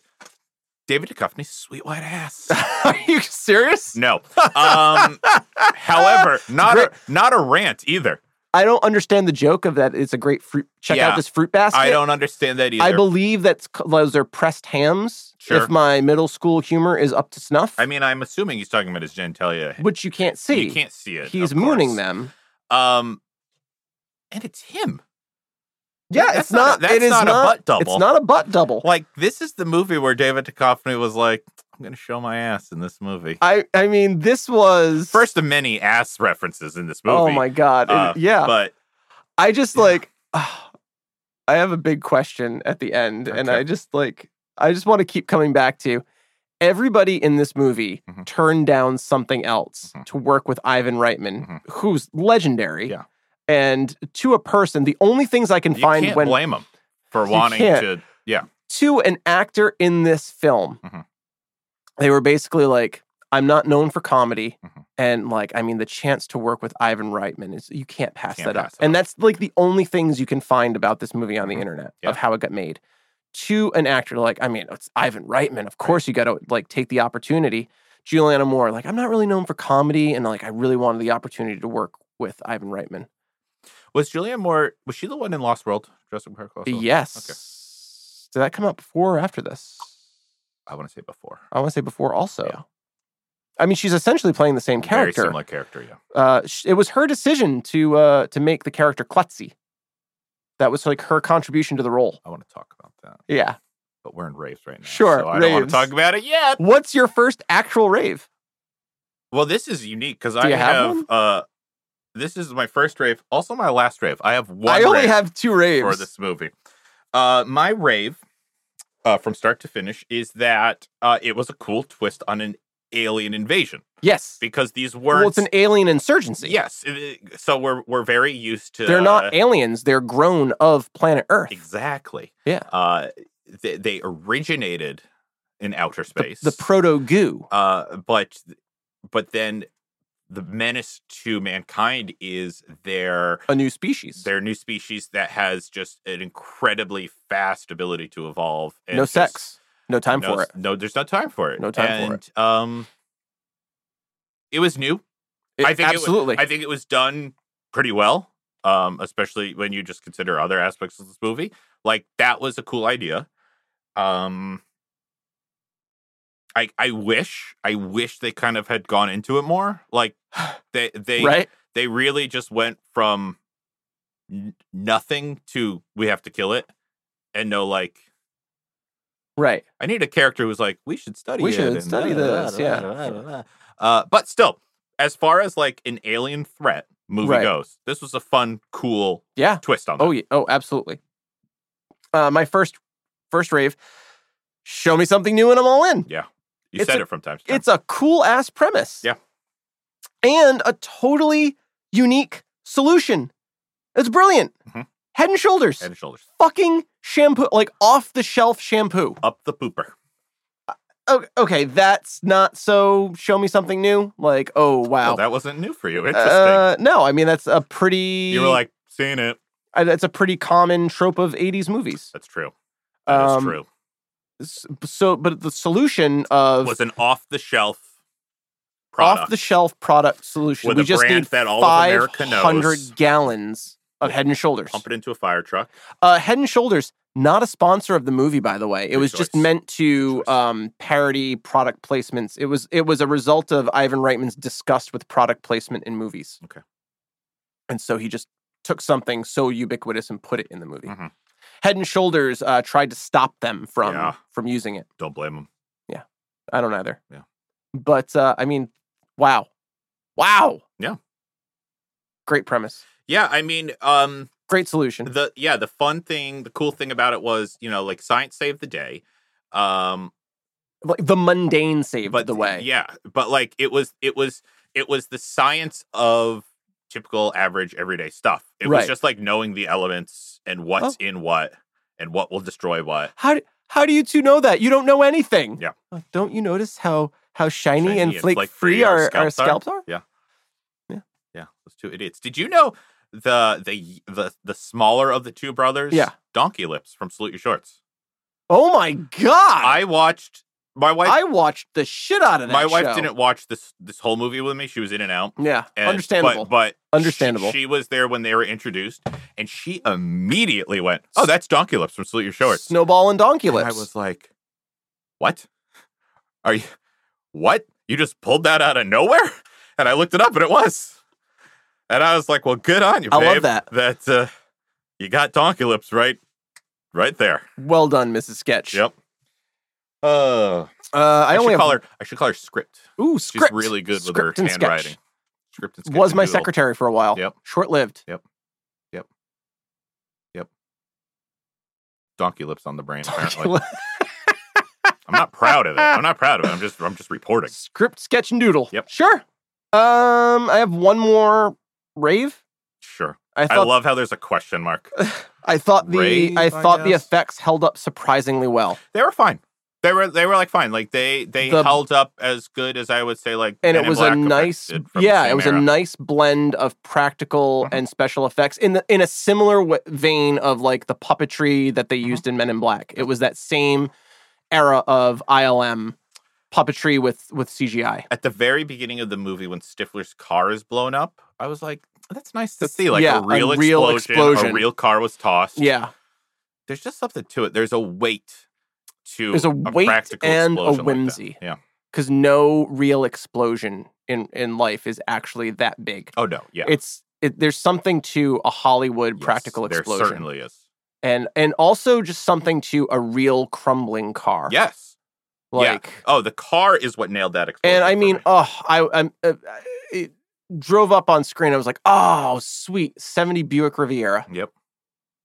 David Duchovny's sweet white ass.
Are you serious?
No. Um, however, not a,
Great.
not a rant either.
I don't understand the joke of that. It's a great fruit. Check
Yeah.
out this fruit basket.
I don't understand that either.
I believe that's c- those are pressed hams.
Sure.
If my middle school humor is up to snuff,
I mean, I'm assuming he's talking about his genitalia.
which you can't see.
you can't see it.
He's
of course.
mooning them.
Um, and it's him.
Yeah,
That's
it's not.
a- that's
it is
not,
not,
a butt double.
It's not a butt double.
like this is the movie where David Duchovny was like, "I'm going to show my ass in this movie."
I. I mean, this was
First of many ass references in this movie.
Oh my god! It-
Uh,
yeah,
But
I just
yeah.
like. ah, I have a big question at the end, and
Okay.
I just like. I just want to keep coming back to. Everybody in this movie
Mhm.
turned down something else
Mhm.
to work with Ivan Reitman,
Mhm.
who's legendary.
Yeah.
And to a person, the only things I can
you
find
can't
when
blame him for
You
wanting
can't.
to
to an actor in this film,
Mhm.
they were basically like, "I'm not known for comedy."
Mhm.
And like, I mean, the chance to work with Ivan Reitman is you can't pass that
Can't pass
up.
that
And
up.
that's like the only things you can find about this movie on the
Mhm.
internet
Yeah.
of how it got made. To an actor, like, I mean, it's Ivan Reitman. Of course, you got to like take the opportunity. Juliana Moore, like, I'm not really known for comedy, and like, I really wanted the opportunity to work with Ivan Reitman.
Was Julia Moore? Was she the one in Lost World? Jurassic Park Lost World?
Yes. Did that come out before or after this?
I want to say before.
I want to say before also.
Yeah.
I mean, she's essentially playing the same
Very
character.
similar character. Yeah.
Uh, sh- it was her decision to uh, to make the character klutzy. That was like her contribution to the role.
I want to talk about that,
Yeah.
but we're in raves right now.
Sure,
So I don't want
raves.
to talk about it yet.
What's your first actual rave?
Well, this is unique because I
you have
have.
one?
uh This is my first rave. Also, my last rave. I have one.
I only
rave
have two raves.
for this movie. Uh, my rave, uh, from start to finish, is that uh, it was a cool twist on an alien invasion
Yes.
because these weren't.
Well, it's an alien insurgency.
yes. it- so we're we're very used to.
They're
uh,
not aliens. They're grown of planet Earth.
Exactly.
Yeah.
Uh, they, they originated in outer
The,
space.
the proto goo.
uh, but but then the menace to mankind is their
A new species.
their new species that has just an incredibly fast ability to evolve. and
No
just-
sex. No time
no,
for it.
No, there's no time for it.
No time for
it. Um, it was new. I think it was-
absolutely.
I think it was done pretty well. um, especially when you just consider other aspects of this movie. Like that was a cool idea. Um, I I wish I wish they kind of had gone into it more. Like they they
right?
they really just went from n- nothing to we have to kill it, and no like
Right.
I need a character who's like, we should study.
We
it
should
and
study this, yeah.
Uh, but still, as far as like an alien threat movie
Right.
goes, this was a fun, cool
Yeah.
twist on.
Oh
that.
yeah. Oh, absolutely. Uh, my first first rave. Show me something new and I'm all in.
you
it's
said
a-
it from time to time.
It's a cool ass premise.
Yeah.
And a totally unique solution. It's brilliant.
Mhm.
Head and shoulders.
Head and shoulders
Fucking shampoo, like off the shelf shampoo.
up the pooper.
O- Okay, that's not so show me something new. Like, oh wow.
Oh, that wasn't new for you. Interesting.
uh, no, I mean that's a pretty
you were like, seeing it.
uh, that's a pretty common trope of 80s movies.
That's true. That's
Um,
true.
S- So but the solution of
Was an off the shelf product.
off the shelf product solution.
With
we
a
just
brand
need
that all of America
500
knows.
gallons of Head and Shoulders.
Pump it into a fire truck.
Uh, Head and Shoulders, not a sponsor of the movie, by the way. It
Good
was just
choice.
meant to
Good choice.
um, parody product placements. It was it was a result of Ivan Reitman's disgust with product placement in movies.
Okay.
and so he just took something so ubiquitous and put it in the movie.
Mhm.
Head and Shoulders uh, tried to stop them from
Yeah.
from using it.
Don't blame them.
I don't either.
Yeah.
But uh, I mean, wow. Wow.
Yeah.
Great premise.
Yeah, I mean, um,
Great solution.
the yeah the fun thing the cool thing about it was you know like science saved the day um
Like the mundane saved
but
the way.
yeah but like it was it was it was the science of typical average everyday stuff it was
Right. Oh.
just like knowing the elements and what's in what and what will destroy what
How do, how do you two know that? You don't know anything.
Yeah.
Uh, Don't you notice how how shiny,
Shiny
and
and
flake free
flake-free
our, our scalps are?
yeah those two idiots did you know the the the the smaller of the two brothers
Yeah.
donkey lips from salute your shorts
Oh my god. I,
i watched my wife
watched the shit out of that
my wife
show.
didn't watch this this whole movie with me she was in and out
Yeah.
And-
understandable.
But, but
Understandable.
She, she was there when they were introduced, and she immediately went, "Oh, that's Donkey Lips from Salute Your Shorts."
Snowball and donkey
And
lips.
I was like, "What? Are you? What? You just pulled that out of nowhere?" And I looked it up, and it was. And I was like, "Well, good on you,
I
babe.
love that.
That uh, you got Donkey Lips right, right there.
well done, Mrs. Sketch.
Yep. Uh,
Uh, I,
I,
only
should
have
call her. I should call her Script.
Ooh,
She's
script.
really good with her
Script and sketch.
handwriting. Script and sketch
was
and
my
doodle.
secretary for a while.
Yep.
Short lived.
Donkey Lips on the brain. Apparently.
Donkey
I'm not proud of it. I'm not proud of it. I'm just I'm just reporting.
Script, sketch, and doodle.
Yep.
Sure. Um, I have one more rave.
Sure.
I
I
thought
love how there's a question mark.
I thought the
Rave,
I
I
thought the
guess.
effects held up surprisingly well,
They were fine. They were they were like fine. Like they they
The-
held up as good as I would say like
and
Men
it
in
was
Black
a
effects
nice
did from the
yeah, it
same
was a
era. Mm-hmm.
nice blend of practical and special effects in the in a similar w- vein of like the puppetry that they
Mm-hmm.
used in Men in Black. It was that same era of ILM puppetry with with CGI.
at the very beginning of the movie when Stifler's car is blown up. I was like, that's nice to see. Like
yeah,
a real,
a real
explosion,
explosion.
A real car was tossed.
Yeah,
There's just something to it. There's a weight to
There's a weight
practical
and a
explosion like that.
whimsy.
yeah.
because no real explosion in in life is actually that big.
Oh no. Yeah.
It's it, there's something to a Hollywood
Yes,
practical explosion,
There certainly is.
and and also just something to a real crumbling car.
Yes. yeah.
like
Oh, the car is what nailed that explosion.
and I
for
mean,
me.
oh, I I'm, uh, it drove up on screen. I was like, oh, sweet, seventy Buick Riviera,
Yep.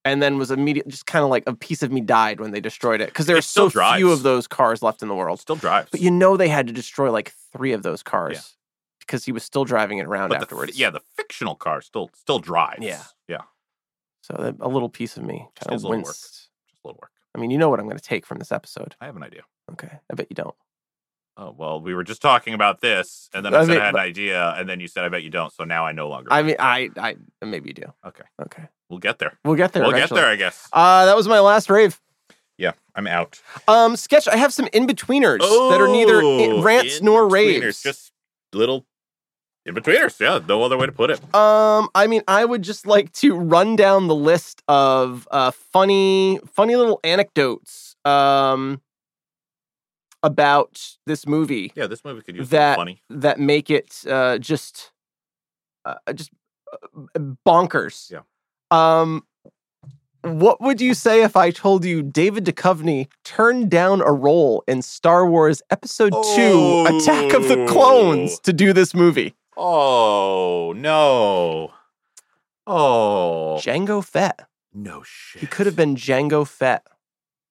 and then was immediate, just kind of like a piece of me died when they destroyed it because there
It
are so
still drives.
few of those cars left in the world.
Still drives.
But you know they had to destroy like three of those cars because he was still driving it around
But the fi-
afterwards.
yeah, the fictional car still still drives.
Yeah.
yeah,
So that, a little piece of me
Just
kind
needs
of
a little work.
winced.
just a little work.
I mean, you know what I'm going to take from this episode.
I have an idea.
Okay. I bet you don't.
Oh well, we were just talking about this, and then
I
I said
mean,
I had
but-
an idea, and then you said I bet you don't. So now I no longer.
I mean, I, I, maybe you do.
Okay.
Okay.
we'll get there.
We'll get there.
we'll
eventually.
get there, I guess.
Uh, that was my last rave.
yeah, I'm out.
Um, sketch. I have some in betweeners that are neither i-
Oh,
rants nor
in-betweeners,
raves.
Just little In betweeners, yeah, no other way to put it.
Um, I mean, I would just like to run down the list of uh, funny, funny little anecdotes um, about this movie
Yeah, this movie could use
That-
that money.
that make it uh, just, uh, just uh, bonkers.
Yeah.
Um, what would you say if I told you David Duchovny turned down a role in Star Wars Episode Two: Attack of the Clones
Oh.
to do this movie?
Oh no! Oh
Django Fett.
no! Shit.
He could have been Django Fett.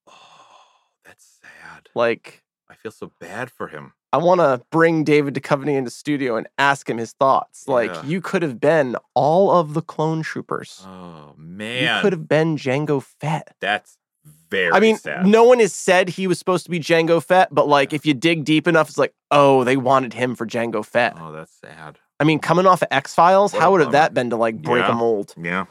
Oh, that's sad.
Like.
I feel so bad for him.
I want to bring David Duchovny into studio and ask him his thoughts. Like
Yeah.
you could have been all of the clone troopers.
Oh
you
man,
could have been Django Fett.
that's very.
I mean,
sad.
no one has said he was supposed to be Django Fett, but like if you dig deep enough, it's like, oh, they wanted him for Django Fett.
Oh, that's sad.
I mean, coming off of X Files,
What
how
a
would have
bummer.
that been to like break a
Yeah.
mold?
Yeah.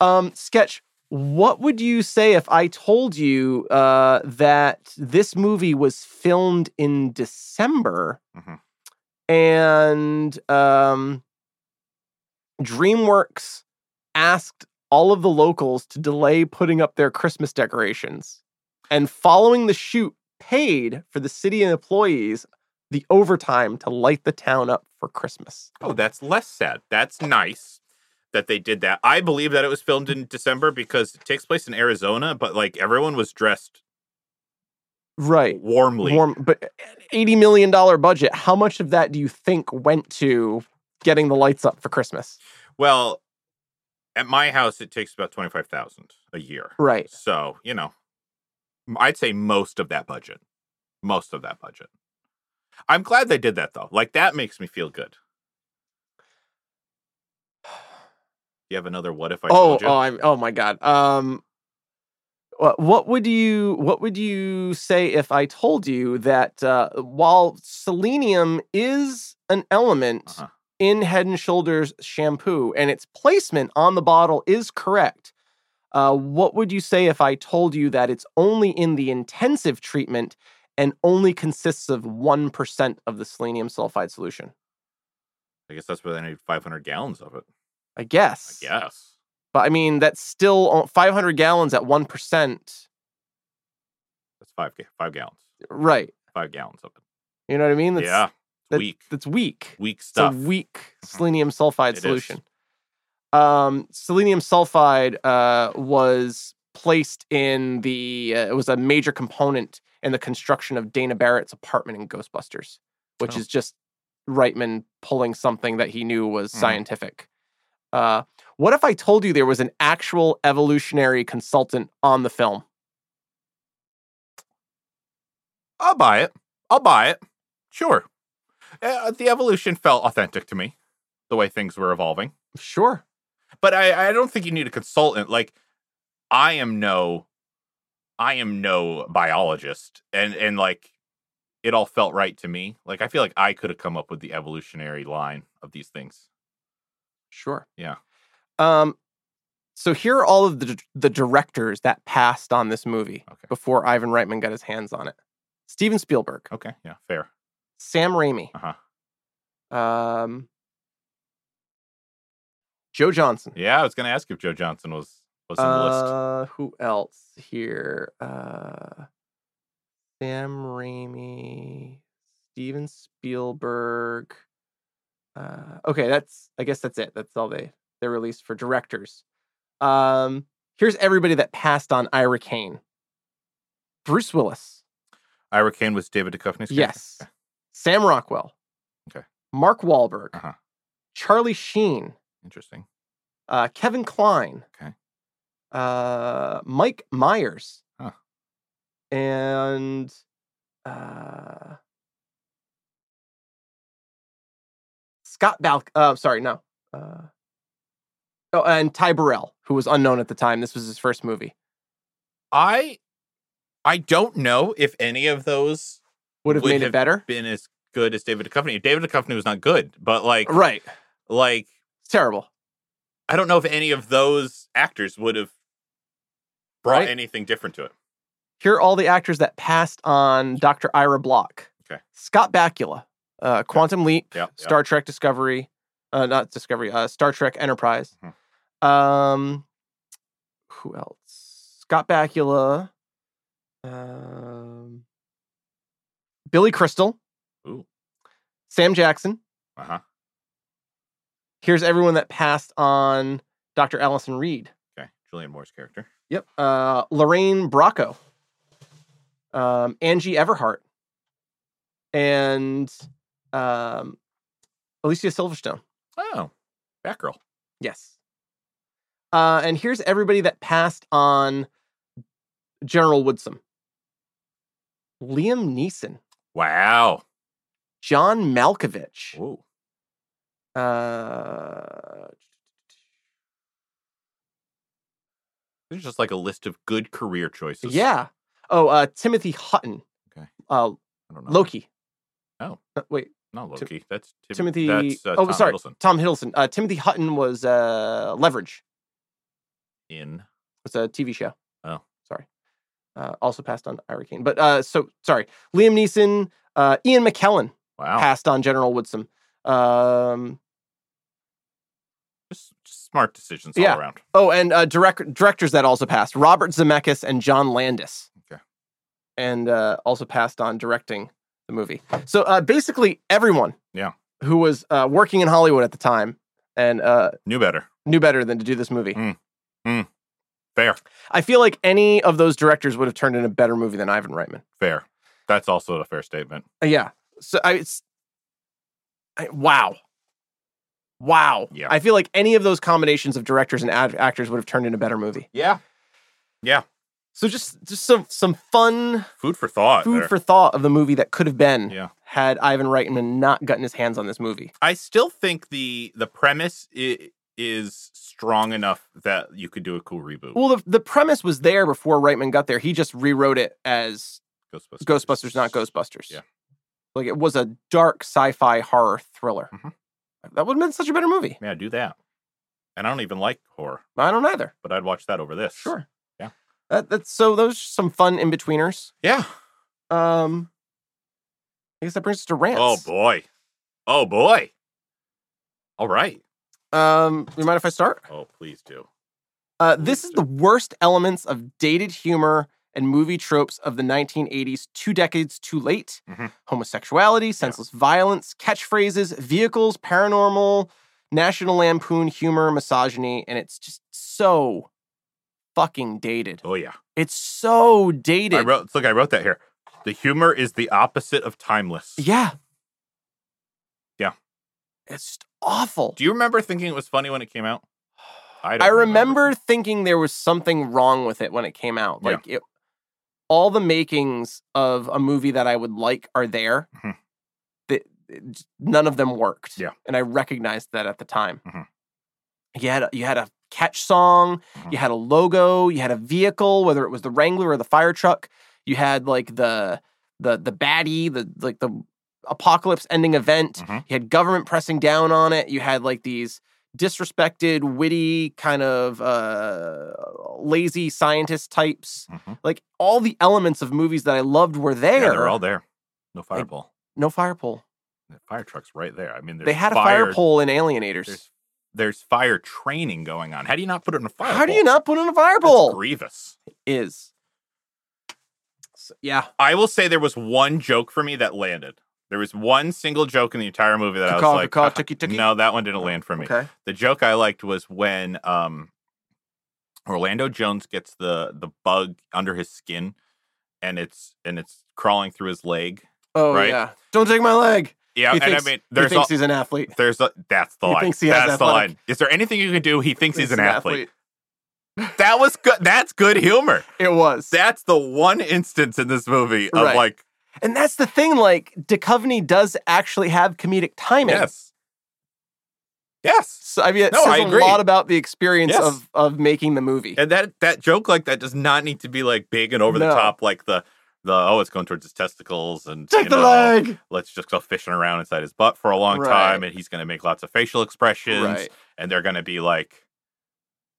Um, sketch. What would you say if I told you uh, that this movie was filmed in December
Mhm.
and um, DreamWorks asked all of the locals to delay putting up their Christmas decorations. And following the shoot, paid for the city and employees the overtime to light the town up for Christmas.
Oh, that's less sad. That's nice that they did that. I believe that it was filmed in December because it takes place in Arizona, but like everyone was dressed
Right.
warmly.
Warm, but eh, eighty million dollar budget. How much of that do you think went to getting the lights up for Christmas?
Well, at my house, it takes about twenty five thousand a year.
Right.
So you know, m- I'd say most of that budget, most of that budget. I'm glad they did that though. Like that makes me feel good. You have another what if I
oh,
told you?
oh, I'm, oh my God. Um, wha- what would you what would you say if I told you that uh, while selenium is an element
Uh-huh.
in Head and Shoulders shampoo and its placement on the bottle is correct, uh, what would you say if I told you that it's only in the intensive treatment and only consists of one percent of the selenium sulfide solution?
I guess that's where they need 500 gallons of it.
I
I
guess.
guess.
But I mean, that's still o- 500 gallons at one percent.
That's five ga- five gallons.
Right.
Five gallons of it.
You know what I mean? That's,
yeah.
that-
weak.
That's weak.
Weak
It's a
stuff.
weak selenium sulfide
It is.
solution. Um, selenium sulfide uh, was placed in the, uh, it was a major component in the construction of Dana Barrett's apartment in Ghostbusters, which
Oh.
is just Reitman pulling something that he knew was
Mhm.
scientific. Uh, what if I told you there was an actual evolutionary consultant on the film?
I'll buy it. I'll buy it. Sure. Uh, the evolution felt authentic to me, the way things were evolving.
Sure.
But I, I don't think you need a consultant. Like, I am no, I am no biologist, and and like, it all felt right to me. Like, I feel like I could have come up with the evolutionary line of these things.
Sure.
Yeah.
Um, so here are all of the the directors that passed on this movie
Okay.
before Ivan Reitman got his hands on it: Steven Spielberg,
Okay. Yeah. Fair.
Sam Raimi,
Uh huh. Uh-huh.
um, Joe Johnson.
Yeah. I was gonna ask if Joe Johnson was was on the list.
Uh, who else here? Uh, Sam Raimi, Steven Spielberg. Uh, okay, that's I guess that's it. That's all they they released for directors. Um, here's everybody that passed on Ira Kane. Bruce Willis,
Ira Kane was David Duchovny's character?
yes. Sam Rockwell,
Okay.
Mark Wahlberg,
Uh-huh.
Charlie Sheen,
Interesting.
uh, Kevin Klein,
Okay.
uh, Mike Myers,
Huh.
and uh, Scott Balk. Uh, sorry, no. Uh, oh, and Ty Burrell, who was unknown at the time. This was his first movie.
I I don't know if any of those
Would have
Would
made it
have
better,
been as good as David Duchovny. David Duchovny was not good, but like
right?
like
It's terrible.
I don't know if any of those actors would have brought
Right.
anything different to it.
Here are all the actors that passed on Dr. Ira Block.
Okay.
Scott Bakula, uh, Quantum Leap,
Yeah. yeah.
Star Trek Discovery, uh, not Discovery, uh, Star Trek Enterprise.
Mm-hmm.
Um, who else? Scott Bakula, um, Billy Crystal,
Ooh.
Sam Jackson.
Uh huh.
Here's everyone that passed on Dr. Allison Reed.
Okay. Julian Moore's character.
Yep. Uh, Lorraine Bracco, um, Angie Everhart, and um, Alicia Silverstone.
Oh, Batgirl.
Yes. Uh, and here's everybody that passed on General Woodsum Liam Neeson,
Wow.
John Malkovich,
Ooh.
uh,
There's just like a list of good career choices.
yeah. Oh, uh, Timothy Hutton,
Okay.
uh,
I don't know.
Loki.
Oh.
Uh, wait,
Not
Tim-
Loki. that's Tim-
Timothy.
That's uh,
oh,
Tom
sorry,
Hiddleston
Tom Hiddleston. Uh, Timothy Hutton was uh, Leverage.
in.
It's a TV show.
Oh.
sorry. Uh, also passed on Ira Kane, but uh, so sorry. Liam Neeson, uh, Ian McKellen
Wow.
passed on General Woodsum. Um,
Just, just smart decisions all
Yeah.
around.
oh, and uh, direct, directors that also passed: Robert Zemeckis and John Landis.
Okay.
and uh, also passed on directing the movie. So uh, basically, everyone.
Yeah.
Who was uh, working in Hollywood at the time and uh,
Knew better.
knew better than to do this
Mm.
movie.
Fair.
I feel like any of those directors would have turned in a better movie than Ivan Reitman.
Fair. That's also a fair statement.
Uh, yeah. So I, it's, I wow, wow.
Yeah.
I feel like any of those combinations of directors and ad- actors would have turned in a better movie.
Yeah.
So just just some some fun
Food for thought.
food
Uh, there.
for thought of the movie that could have been
Yeah.
had Ivan Reitman not gotten his hands on this movie.
I still think the the premise i- is strong enough that you could do a cool reboot.
Well, the the premise was there before Reitman got there. He just rewrote it as
Ghostbusters.
Ghostbusters, not Ghostbusters.
Yeah.
Like it was a dark sci-fi horror thriller.
Mhm.
That would have been such a better movie.
Yeah, do that. And I don't even like horror,
I don't either.
but I'd watch that over this.
Sure.
Yeah.
That, that's so those are some fun in betweeners.
Yeah.
Um I guess that brings us to rants.
Oh boy. Oh boy. All right.
Um you mind if I start?
Oh, please do.
Uh this is the worst elements of dated humor and movie tropes of the 1980s, two decades too late.
Mhm.
Homosexuality, senseless violence, catchphrases, vehicles, paranormal, national lampoon humor, misogyny, and it's just so fucking dated.
Oh yeah.
It's so dated.
I wrote look, I wrote that here. The humor is the opposite of timeless.
Yeah.
Yeah.
It's just awful.
Do you remember thinking it was funny when it came out? don't
I remember thinking there was something wrong with it when it came out.
Yeah.
Like it, all the makings of a movie that I would like are there.
Mhm.
That it- none of them worked.
Yeah.
And I recognized that at the time.
Mhm.
You had a, you had a catch song,
Mhm.
you had a logo, you had a vehicle, whether it was the Wrangler or the fire truck. You had like the the the baddie, the like the apocalypse ending event.
Mhm.
You had government pressing down on it. You had like these disrespected, witty, kind of uh, lazy scientist types.
Mhm.
Like all the elements of movies that I loved were there.
Yeah, they were all there. No fireball.
no fire pole.
The fire truck's right there. I mean, there's
They had a
fire,
fire pole in Alienators.
There's, there's fire training going on. How do you not put it in a fire?
How do you
pole?
not put in a fire
That's
pole?
grievous.
Is So- yeah,
I will say there was one joke for me that landed. There was one single joke in the entire movie that I
Caw-caw,
was like, "Uh,
caw-caw, ticky-ticky.
no, that one didn't land for me.
okay.
The joke I liked was when um, Orlando Jones gets the the bug under his skin, and it's and it's crawling through his leg.
Oh
Right.
yeah, don't take my leg.
Yeah,
He
and
thinks-
I mean,
He
there's
thinks
all,
he's an athlete.
there's a, that's the
He
line.
thinks he has
that's the
athletic-
line. Is there anything you can do? He thinks he's, an, athlete. That was good. That's good humor.
It was.
That's the one instance in this movie of
Right.
like,
and that's the thing. Like Duchovny does actually have comedic timing.
yes, yes.
So, I mean, it
No, I
says a
agree.
lot about the experience
Yes.
of of making the movie.
And that that joke like that does not need to be like big and over the
No.
top like the the oh it's going towards his testicles and
Take
you
the
know,
leg.
let's just go fishing around inside his butt for a long
Right.
time and he's going to make lots of facial expressions
Right.
and they're going to be like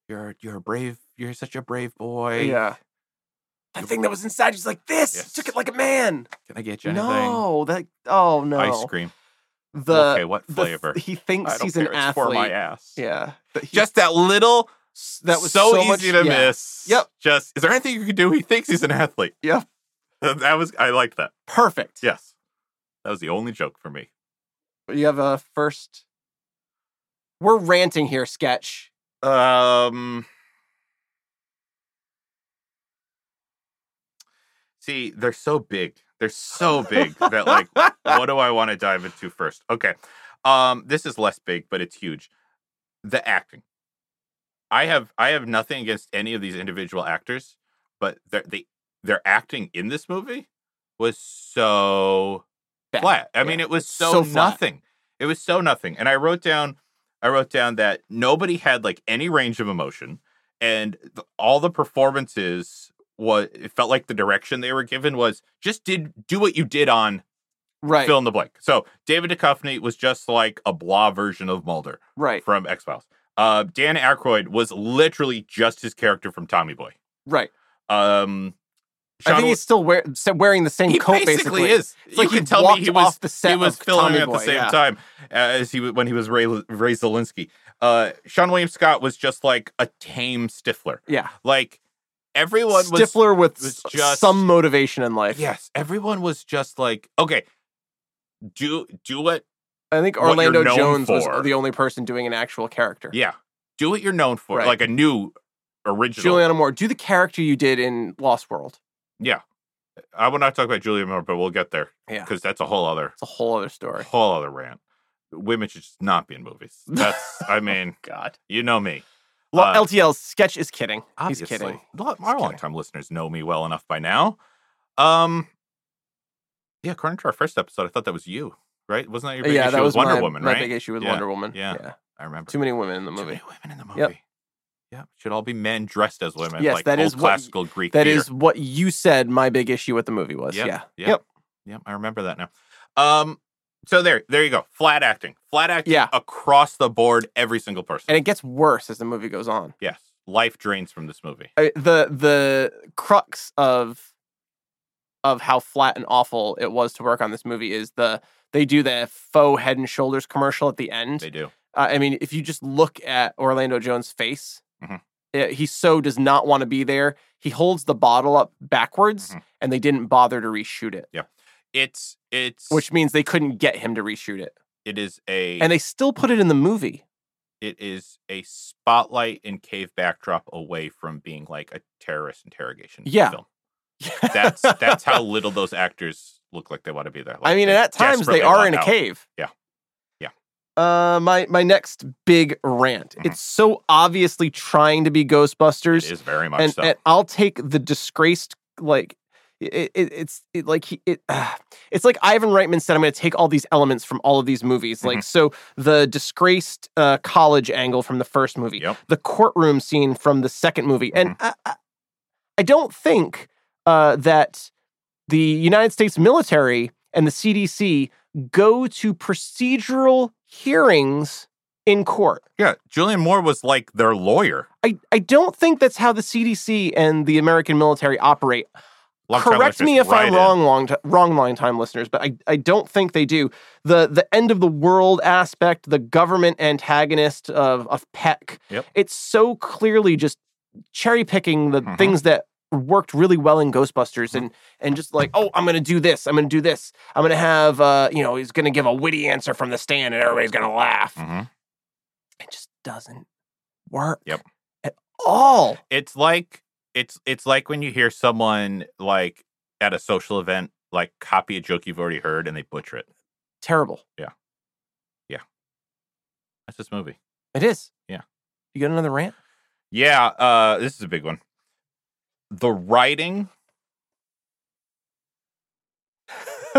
you're you're a brave you're such a brave boy
Yeah. That thing that was inside you was like this.
Yes.
Took it like a man.
can I get you anything
No, that. Oh no.
ice cream
the
okay, what
the-
flavor?
he thinks
I don't
he's
care.
an
it's
athlete.
for my ass.
Yeah, That he-
Just that little.
that was
so,
so
easy
much-
to
yeah.
miss.
Yep.
Just is there anything you can do? He thinks he's an athlete.
Yep.
That was I liked that.
perfect.
Yes. That was the only joke for me.
You have a first. We're ranting here, sketch.
Um See, they're so big. They're so big that like what do I want to dive into first? Okay. Um this is less big, but it's huge. The acting. I have I have nothing against any of these individual actors, but their they, their acting in this movie was so
Bad.
flat. I
Yeah.
mean, it was so,
So flat.
nothing. It was so nothing. And I wrote down, I wrote down that nobody had like any range of emotion, and th- all the performances was it felt like the direction they were given was just did do what you did on
right,
fill in the blank. So David Duchovny was just like a blah version of Mulder
right,
from X Files. Uh, Dan Aykroyd was literally just his character from Tommy Boy.
right.
Um,
I
Sean
think he's still wear, still wearing the same
he
coat.
basically is.
It's like
you
he
can tell
walked
me he was
off the set
he was
of
filming
Tommy
at the
Boy,
same
yeah.
time uh, as he was- when he was Ray Ray Zelinsky. Uh, Sean William Scott was just like a tame stiffler.
Yeah,
Like everyone was
Stifler with
was
s-
just-
some motivation in life.
yes, everyone was just like okay, do do it.
I think
What you're
Orlando
known
Jones
for.
was the only person doing an actual character.
Yeah, do what you're known for,
Right.
like a new original.
Juliana Moore, do the character you did in Lost World.
I will not talk about Julia Moore, but we'll get there
Yeah.
because that's a whole other
It's a whole other story.
whole other rant. Women should just not be in movies. That's I mean,
God.
you know me.
Lo-
Uh,
LTL sketch is kidding.
Obviously.
He's kidding.
Lot-
He's
Our
kidding.
longtime listeners know me well enough by now. Um, yeah, according to our first episode, I thought that was you, right? Wasn't that your big
Uh, yeah,
issue
that was
with Wonder
my,
Woman,
my
right?
big issue with
Yeah,
Wonder Woman.
yeah. I remember.
Too many women in the
Too
movie.
many women in the movie.
Yep.
Yeah, should all be men dressed as women,
Yes,
like
that
old
is what-
classical Greek.
That
theater.
is what you said my big issue with the movie was.
Yep,
Yeah.
yep. Yeah, I remember that now. Um, so there, there you go. Flat acting, flat acting
Yeah.
across the board, every single person.
And it gets worse as the movie goes on.
yes, life drains from this movie.
I- uh, the the crux of of how flat and awful it was to work on this movie is the they do the faux head and shoulders commercial at the end.
They do.
Uh, I mean, if you just look at Orlando Jones' face,
Mhm.
uh, he so does not want to be there. He holds the bottle up backwards,
Mhm.
and they didn't bother to reshoot it,
It's it's
which means they couldn't get him to reshoot it.
it is a
And they still put it in the movie.
it is a spotlight and cave backdrop away from being like a terrorist interrogation
Yeah.
film. That's that's how little those actors look like they want to be there.
I
Like,
mean,
they
at times they
desperately
are
want
in a
out.
cave.
Yeah. Yeah.
Uh, my my next big rant.
Mhm.
It's so obviously trying to be Ghostbusters.
It is very much
and,
so.
and I'll take the disgraced like it, it, it's it, like he it uh, it's like Ivan Reitman said I'm going to take all these elements from all of these movies like so the disgraced uh, college angle from the first movie
Yep.
the courtroom scene from the second movie and I, I, I don't think uh, that the United States military and the CDC go to procedural hearings in court
yeah, Julian Moore was like their lawyer.
I, I don't think that's how the CDC and the American military operate.
Long-time
Correct me
listeners,
if
right
I'm
in.
wrong, long, t- wrong, long time listeners, but I, I don't think they do. The the end of the world aspect, the government antagonist of of Peck,
Yep.
it's so clearly just cherry picking the
Mhm.
things that worked really well in
Mm-hmm.
Ghostbusters and and just like, oh, I'm gonna do this, I'm gonna do this, I'm gonna have uh, you know, he's gonna give a witty answer from the stand and everybody's gonna laugh.
Mhm.
It just doesn't work
Yep.
at all.
It's like it's it's like when you hear someone like at a social event like copy a joke you've already heard and they butcher it.
terrible.
That's this movie.
It is.
Yeah.
You got another rant?
Yeah, uh, this is a big one. The writing.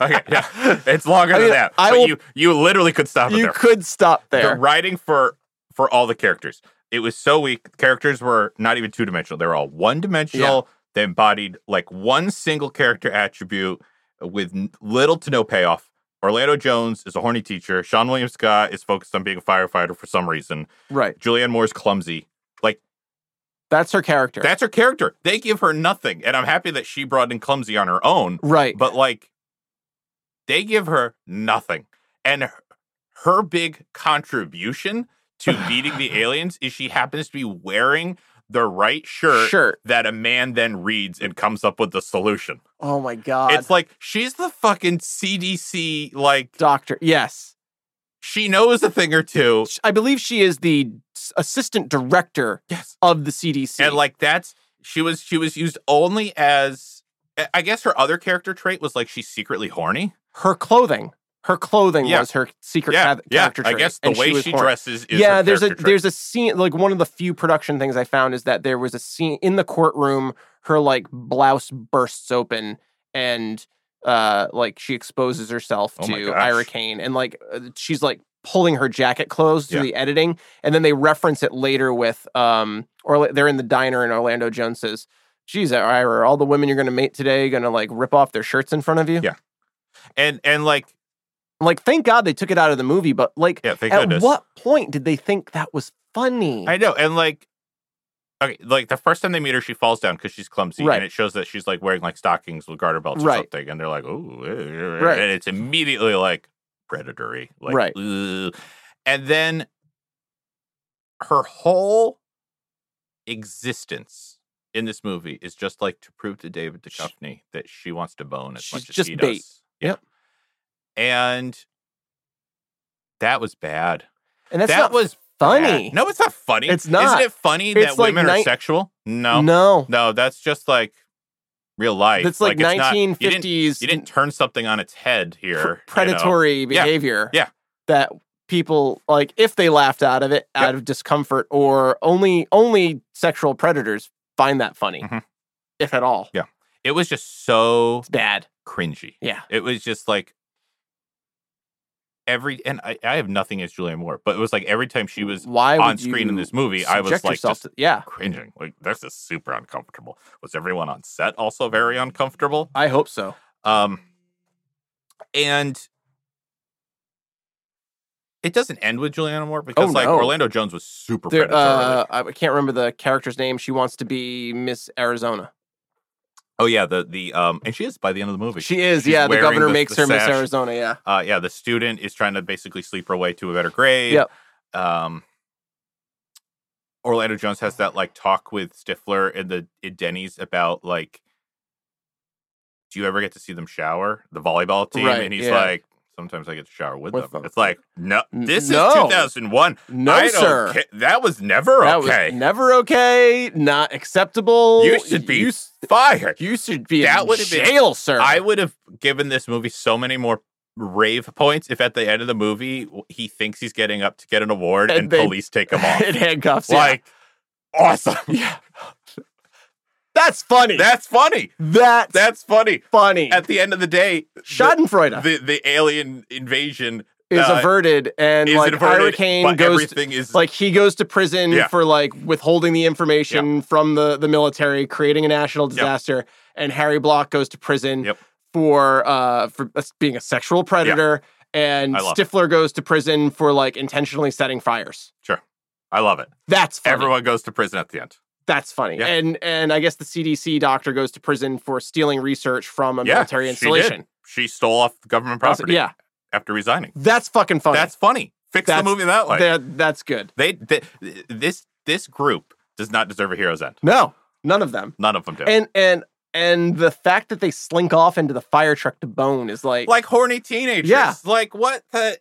okay, yeah, it's longer
I mean,
than that.
I
but
will-
you you literally could stop it
you
there.
could stop there.
The writing for for all the characters, it was so weak. Characters were not even two dimensional; they were all one dimensional. They embodied like one single character attribute with n- little to no payoff. Orlando Jones is a horny teacher. Sean William Scott is focused on being a firefighter for some reason.
Right.
Julianne Moore's clumsy.
That's her character.
That's her character. They give her nothing. And I'm happy that she brought in Clumsy on her own.
right.
But like They give her nothing. And her- her big contribution to beating the aliens is she happens to be wearing the right shirt
Sure.
that a man then reads and comes up with the solution.
Oh my god.
It's like she's the fucking CDC, like
Doctor. Yes.
she knows a thing or two.
Sh- I believe she is the s- assistant director
Yes.
of the CDC.
And like that's she was she was used only as I- I guess her other character trait was like she's secretly horny.
her clothing. Her clothing
Yeah.
was her secret
yeah,
cath-
yeah.
character
I
trait,
guess the
and
way
was
she
horny.
dresses is
yeah,
her
there's a
character trait.
there's a scene like one of the few production things I found is that there was a scene in the courtroom. Her like blouse bursts open and uh like she exposes herself
Oh my
to
gosh.
Ira Kane and like uh, she's like pulling her jacket closed through
Yeah.
the editing and then they reference it later with um or they're in the diner and Orlando Jones says, "Geez, Ira, are all the women you're gonna mate today gonna like rip off their shirts in front of you."
Yeah. and and like
Like thank God they took it out of the movie, but like
yeah, thank
at
goodness.
what point did they think that was funny?
I know, and like, okay, like the first time they meet her, she falls down because she's clumsy,
Right.
and it shows that she's like wearing like stockings with garter belts
Right.
or something, and they're like, "Ooh," eh, eh,
Right.
and it's immediately like predatory, like,
Right.
"Ugh." and then her whole existence in this movie is just like to prove to David
She-
Duchovny that she wants to bone as
she's
much as
just
he
bait.
does. Yeah.
Yep.
and that was bad.
and that's
that
not
was
funny.
yeah. No, it's not funny.
It's not.
Isn't it funny
It's
that
like
women
nine-
are sexual? No. no.
no,
that's just like real life.
that's like
it's not-
nineteen
you, didn't,
fifties
you didn't turn something on its head here. you know?
predatory
Yeah,
behavior.
yeah.
that people like if they laughed out of it, out
Yep.
of discomfort, or only only sexual predators find that funny,
Mhm.
if at all.
Yeah. It was just so
It's bad.
cringy.
Yeah.
It was just like every and I, I have nothing against Julia Moore, but it was like every time she was
Why
on
would
screen in
you
this movie, I was
subject
like
yourself
just
to- yeah.
cringing. Like this is super uncomfortable. Was everyone on set also very uncomfortable?
I hope so.
Um, and it doesn't end with Juliana Moore because
Oh,
like
no.
Orlando Jones was super
There-
predatory.
uh, I can't remember the character's name. She wants to be Miss Arizona.
oh yeah, the the um, and she is by the end of the movie.
She is.
She's
yeah, the
wearing
governor
the-
makes
the
her Miss
sash.
Arizona. Yeah.
uh, yeah, the student is trying to basically sleep her way to a better grade.
Yep.
Um, Orlando Jones has that like talk with Stifler in the in Denny's about like, do you ever get to see them shower the volleyball team?
Right,
and he's
yeah.
like, sometimes I get to shower with,
With
them.
them.
It's like, no,
N-
this
no.
is 2001.
No,
I don't
sir.
ca- that was never
That
okay.
was never okay. Not acceptable.
You should be
You, s-
Fire.
you should be
That
in
would have been-
jail, sir.
I would have given this movie so many more rave points if at the end of the movie w- he thinks he's getting up to get an award
And
and,
they-
police take him off.
in handcuffs. yeah.
like, awesome.
yeah. That's funny.
That's funny.
That's,
That's funny.
funny.
At the end of the day, the-
Schadenfreude
the, the alien invasion
is
uh,
averted, and
is
like
inverted,
Hurricane
but
goes. to-
everything is
like he goes to prison
Yeah.
for like withholding the information from the the military, creating a national disaster, and Harry Block goes to prison
Yep.
for uh for us being a sexual predator, and
I love
Stifler goes to prison for like intentionally setting fires.
I love it.
That's funny.
Everyone goes to prison at the end.
That's funny.
Yeah.
And and I guess the CDC doctor goes to prison for stealing research from a
Yeah,
military
she did.
installation.
She stole off government property
Yeah,
after resigning.
that's fucking funny.
That's funny. Fix
That's-
the movie that way.
That- that's good.
They, they this this group does not deserve a hero's end.
No, none of them.
None of them do.
And and and the fact that they slink off into the fire truck to bone is like,
like horny teenagers.
Yeah.
Like what the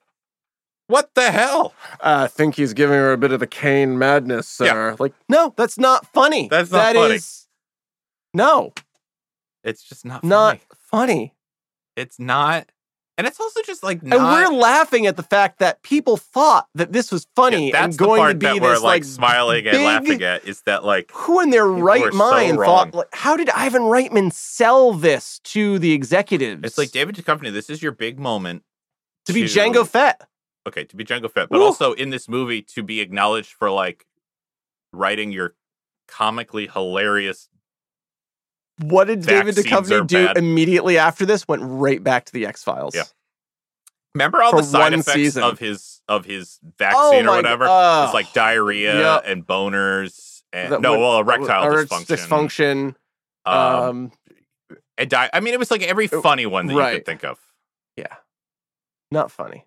what the hell?
uh, I think he's giving her a bit of the cane madness,
Yeah.
Like, no, that's not funny.
That's not
That
funny.
is- no,
It's just not
not
funny.
funny.
It's not and it's also just like
And
not
we're laughing at the fact that people thought that this was funny
Yeah,
and
that's
going
the part
to be
that
this
we're like, smiling and
big-
laughing at is that like
who in their
People are
right
so
mind
wrong.
thought like, how did Ivan Reitman sell this to the executives?
it's like David Duchovny. This is your big moment
to be Django Fett.
okay, to be Django Fett, but
Ooh.
also in this movie to be acknowledged for like writing your comically hilarious.
What did
Back
David
scenes are
Duchovny do
bad.
immediately after this? Went right back to the X Files.
Yeah. Remember all
For
the side
one
effects
season.
of his of his
Oh
vaccine
my
or whatever.
God.
it's like diarrhea
Yep.
and boners and
That
no,
would-
well, erectile
or it's
dysfunction.
dysfunction.
Um,
Um,
and di- I mean, it was like every funny one that you
right.
could think of.
Not funny.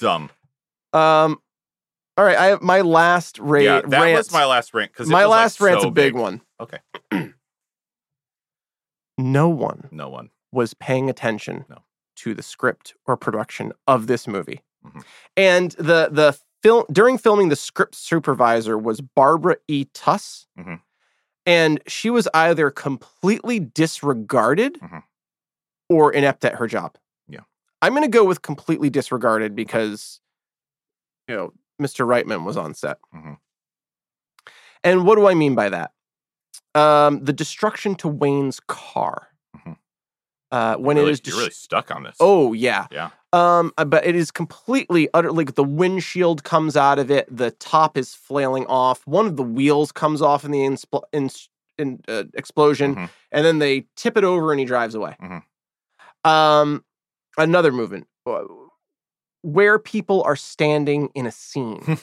Dumb.
Um, all right. I have my last ra-
yeah, that
rant.
was my last rant because
My last rant's a big, one.
Okay.
no one
No one.
was paying attention
No.
to the script or production of this movie.
Mhm.
And the the film during filming, the script supervisor was Barbara E. Tuss,
Mhm.
and she was either completely disregarded
Mhm.
or inept at her job.
Yeah.
I'm going to go with completely disregarded because you know Mr. Reitman was on set.
Mhm.
And what do I mean by that? Um, the destruction to Wayne's car.
Mhm.
Uh, when
really,
it is
you're
dest-
really stuck on this.
Oh yeah.
Yeah.
Um, uh, but it is completely utterly like the windshield comes out of it. The top is flailing off. One of the wheels comes off in the inspl- in, in, uh, explosion,
Mhm.
and then they tip it over, and he drives away.
Mhm.
Um, another movement uh, where people are standing in a scene.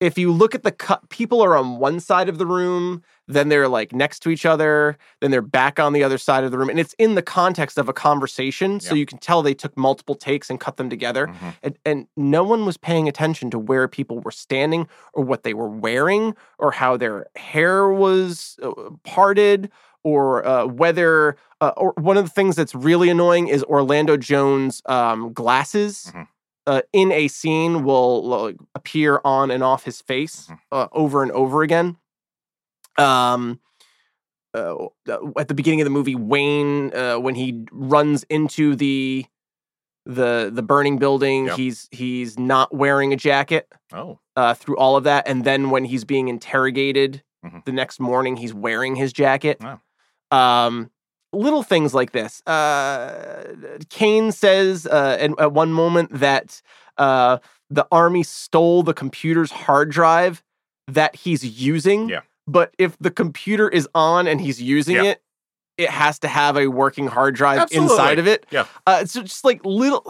if you look at the cut, people are on one side of the room, then they're like next to each other, then they're back on the other side of the room, and it's in the context of a conversation, so
Yeah.
you can tell they took multiple takes and cut them together.
Mhm.
And, and no one was paying attention to where people were standing or what they were wearing or how their hair was uh, parted or uh, whether uh, or one of the things that's really annoying is Orlando Jones um, glasses
Mhm.
uh, in a scene will like, appear on and off his face
Mhm.
uh, over and over again. Um, uh, at the beginning of the movie, Wayne uh, when he runs into the the the burning building,
Yeah.
he's he's not wearing a jacket
Oh.
uh, through all of that, and then when he's being interrogated
Mhm.
the next morning, he's wearing his jacket.
Wow.
Um, little things like this. Uh, Kane says uh, in, at one moment that uh, the army stole the computer's hard drive that he's using.
Yeah.
But if the computer is on and he's using
Yeah.
it, it has to have a working hard drive inside
Absolutely.
of it.
Yeah.
Uh, so just like little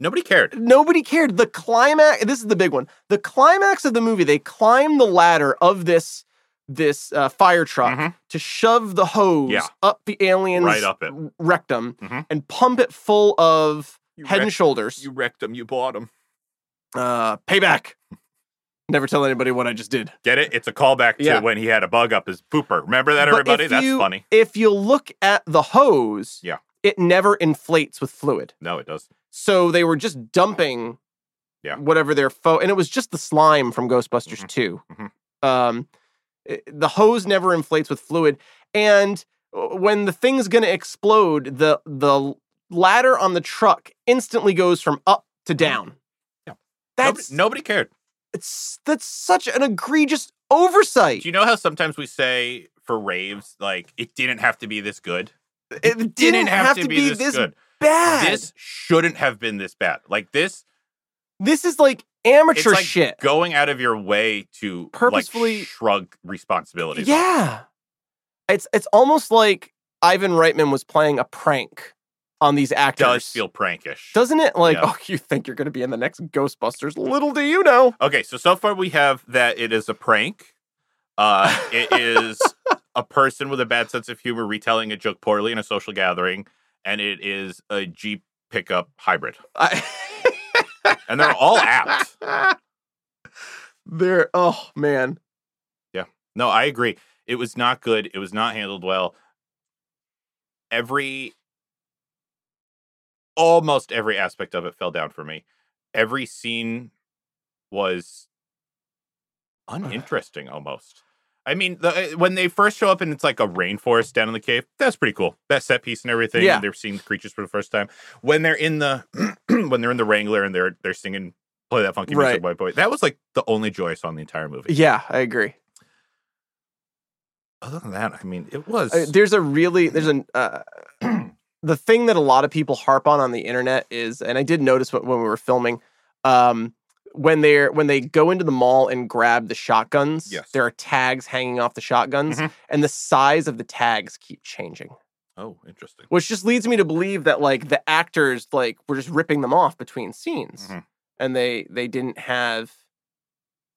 Nobody cared.
nobody cared. The climax. This is the big one. The climax of the movie. They climb the ladder of this this uh, fire truck
Mhm.
to shove the hose
Yeah.
up the alien's
Right up it.
rectum
Mhm.
and pump it full of
You
head and
wrecked-
shoulders.
You wrecked them. You bought them.
Uh, payback. Never tell anybody what I just did.
Get it? It's a callback to
Yeah.
when he had a bug up his pooper. Remember that,
But if
everybody? That's
you-
funny.
If you look at the hose,
Yeah.
it never inflates with fluid.
No, it does.
So they were just dumping
Yeah.
whatever their foe and it was just the slime from Ghostbusters
Mhm.
2.
Mhm.
Um it- the hose never inflates with fluid and uh, when the thing's going to explode the the ladder on the truck instantly goes from up to down.
Mm-hmm. Yeah.
That's
nobody, nobody cared.
it's that's such an egregious oversight.
Do you know how sometimes we say for raves, like, it didn't have to be this good?
it didn't, have, to, be, this,
good.
bad.
This
This,
shouldn't have been this bad. Like, this
is like amateur
it's like
shit.
going out of your way to like,
Purposefully-
shrug responsibilities. off.
Yeah. It's it's almost like Ivan Reitman was playing a prank on these actors.
does feel prankish.
Doesn't it? Like,
Yeah.
oh, you think you're going to be in the next Ghostbusters? Little do you know.
Okay, so so far we have that it is a prank. Uh, it is a person with a bad sense of humor retelling a joke poorly in a social gathering, and it is a Jeep pickup hybrid,
I,
and they're all apt.
They're oh man,
No, I agree. It was not good. It was not handled well. Every almost every aspect of it fell down for me. Every scene was uninteresting almost. I mean, the, eh, when they first show up and it's like a rainforest down in the cave, that's pretty cool. That set piece and everything.
Yeah.
They're seeing the creatures for the first time. When they're in the when they're in the Wrangler and they're they're singing play that funky music,
Right.
boy boy. That was like the only joy I saw in the entire movie
yeah, I agree.
other than that, I mean, it was.
Uh, there's a really there's an uh, the thing that a lot of people harp on on the internet is, and I did notice wh- when we were filming, um, when they're when they go into the mall and grab the shotguns,
Yes.
there are tags hanging off the shotguns,
Mhm.
and the size of the tags keep changing,
oh, interesting.
which just leads me to believe that like the actors like were just ripping them off between scenes,
Mhm.
and they they didn't have.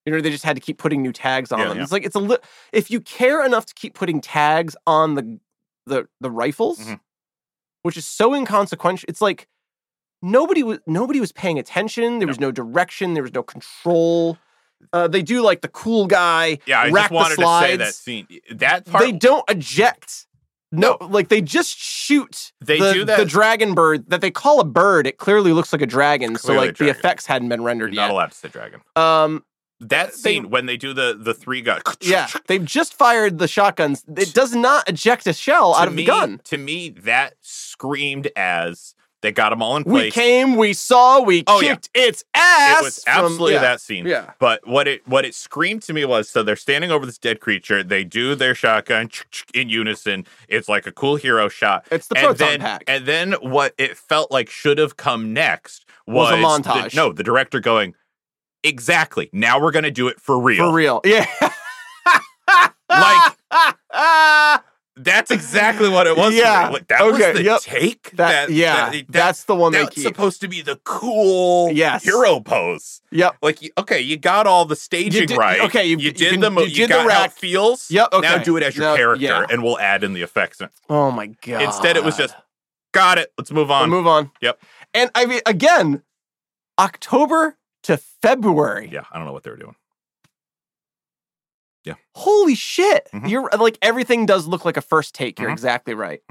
You know, they just had to keep putting new tags on
Yeah,
them.
yeah.
It's like it's a li- if you care enough to keep putting tags on the the the rifles,
Mhm.
which is so inconsequential. It's like nobody was nobody was paying attention. There was no direction. There was no control. Uh, they do like the cool guy.
Yeah, I
rack
just
the
wanted to say that
slides.
scene. That part
they don't eject. No, like they just shoot
They
the,
do that-
the dragon bird that they call a bird. It clearly looks like a dragon, so
Clearly a
like the
dragon.
effects hadn't been
you're
rendered
not
yet.
allowed to say dragon.
Um,
That
They-
scene when they do the the three guys.
yeah, they've just fired the shotguns. It does not eject a shell out
To
of
me,
the gun.
To me, that screamed as they got them all in
We
place.
came, we saw, we
Oh, yeah.
kicked its ass.
it was
from-
absolutely
yeah,
that scene.
Yeah.
But what it what it screamed to me was so they're standing over this dead creature. They do their shotgun in unison. It's like a cool hero shot.
It's the
and
proton
then,
pack.
and then what it felt like should have come next
Was
was,
a
the-
montage.
no, the director going, exactly. Now we're gonna do it for real.
For real. Yeah.
Like- That's exactly what it was. for me.
Yeah.
Like, that
Okay,
was the
yep.
take.
that, yeah,
that-
that's the one they
that's
keep.
supposed to be the cool
Yes.
hero pose.
Yep.
Like, you- okay, you got all the staging
did-
right.
okay,
you,
you- you
did
can-
the mo-
you
you,
did the
got how it
rack.
feels.
Yep,
Now
okay.
do it as your
Now-
character,
yeah.
and we'll add in the effects. Instead,
oh my god.
it was just got it. Let's move on.
We'll move on.
Yep.
And I mean, again, October to February.
yeah, I don't know what they were doing.
Holy shit!
Mhm.
You're uh, like everything does look like a first take. You're
Mhm.
exactly right.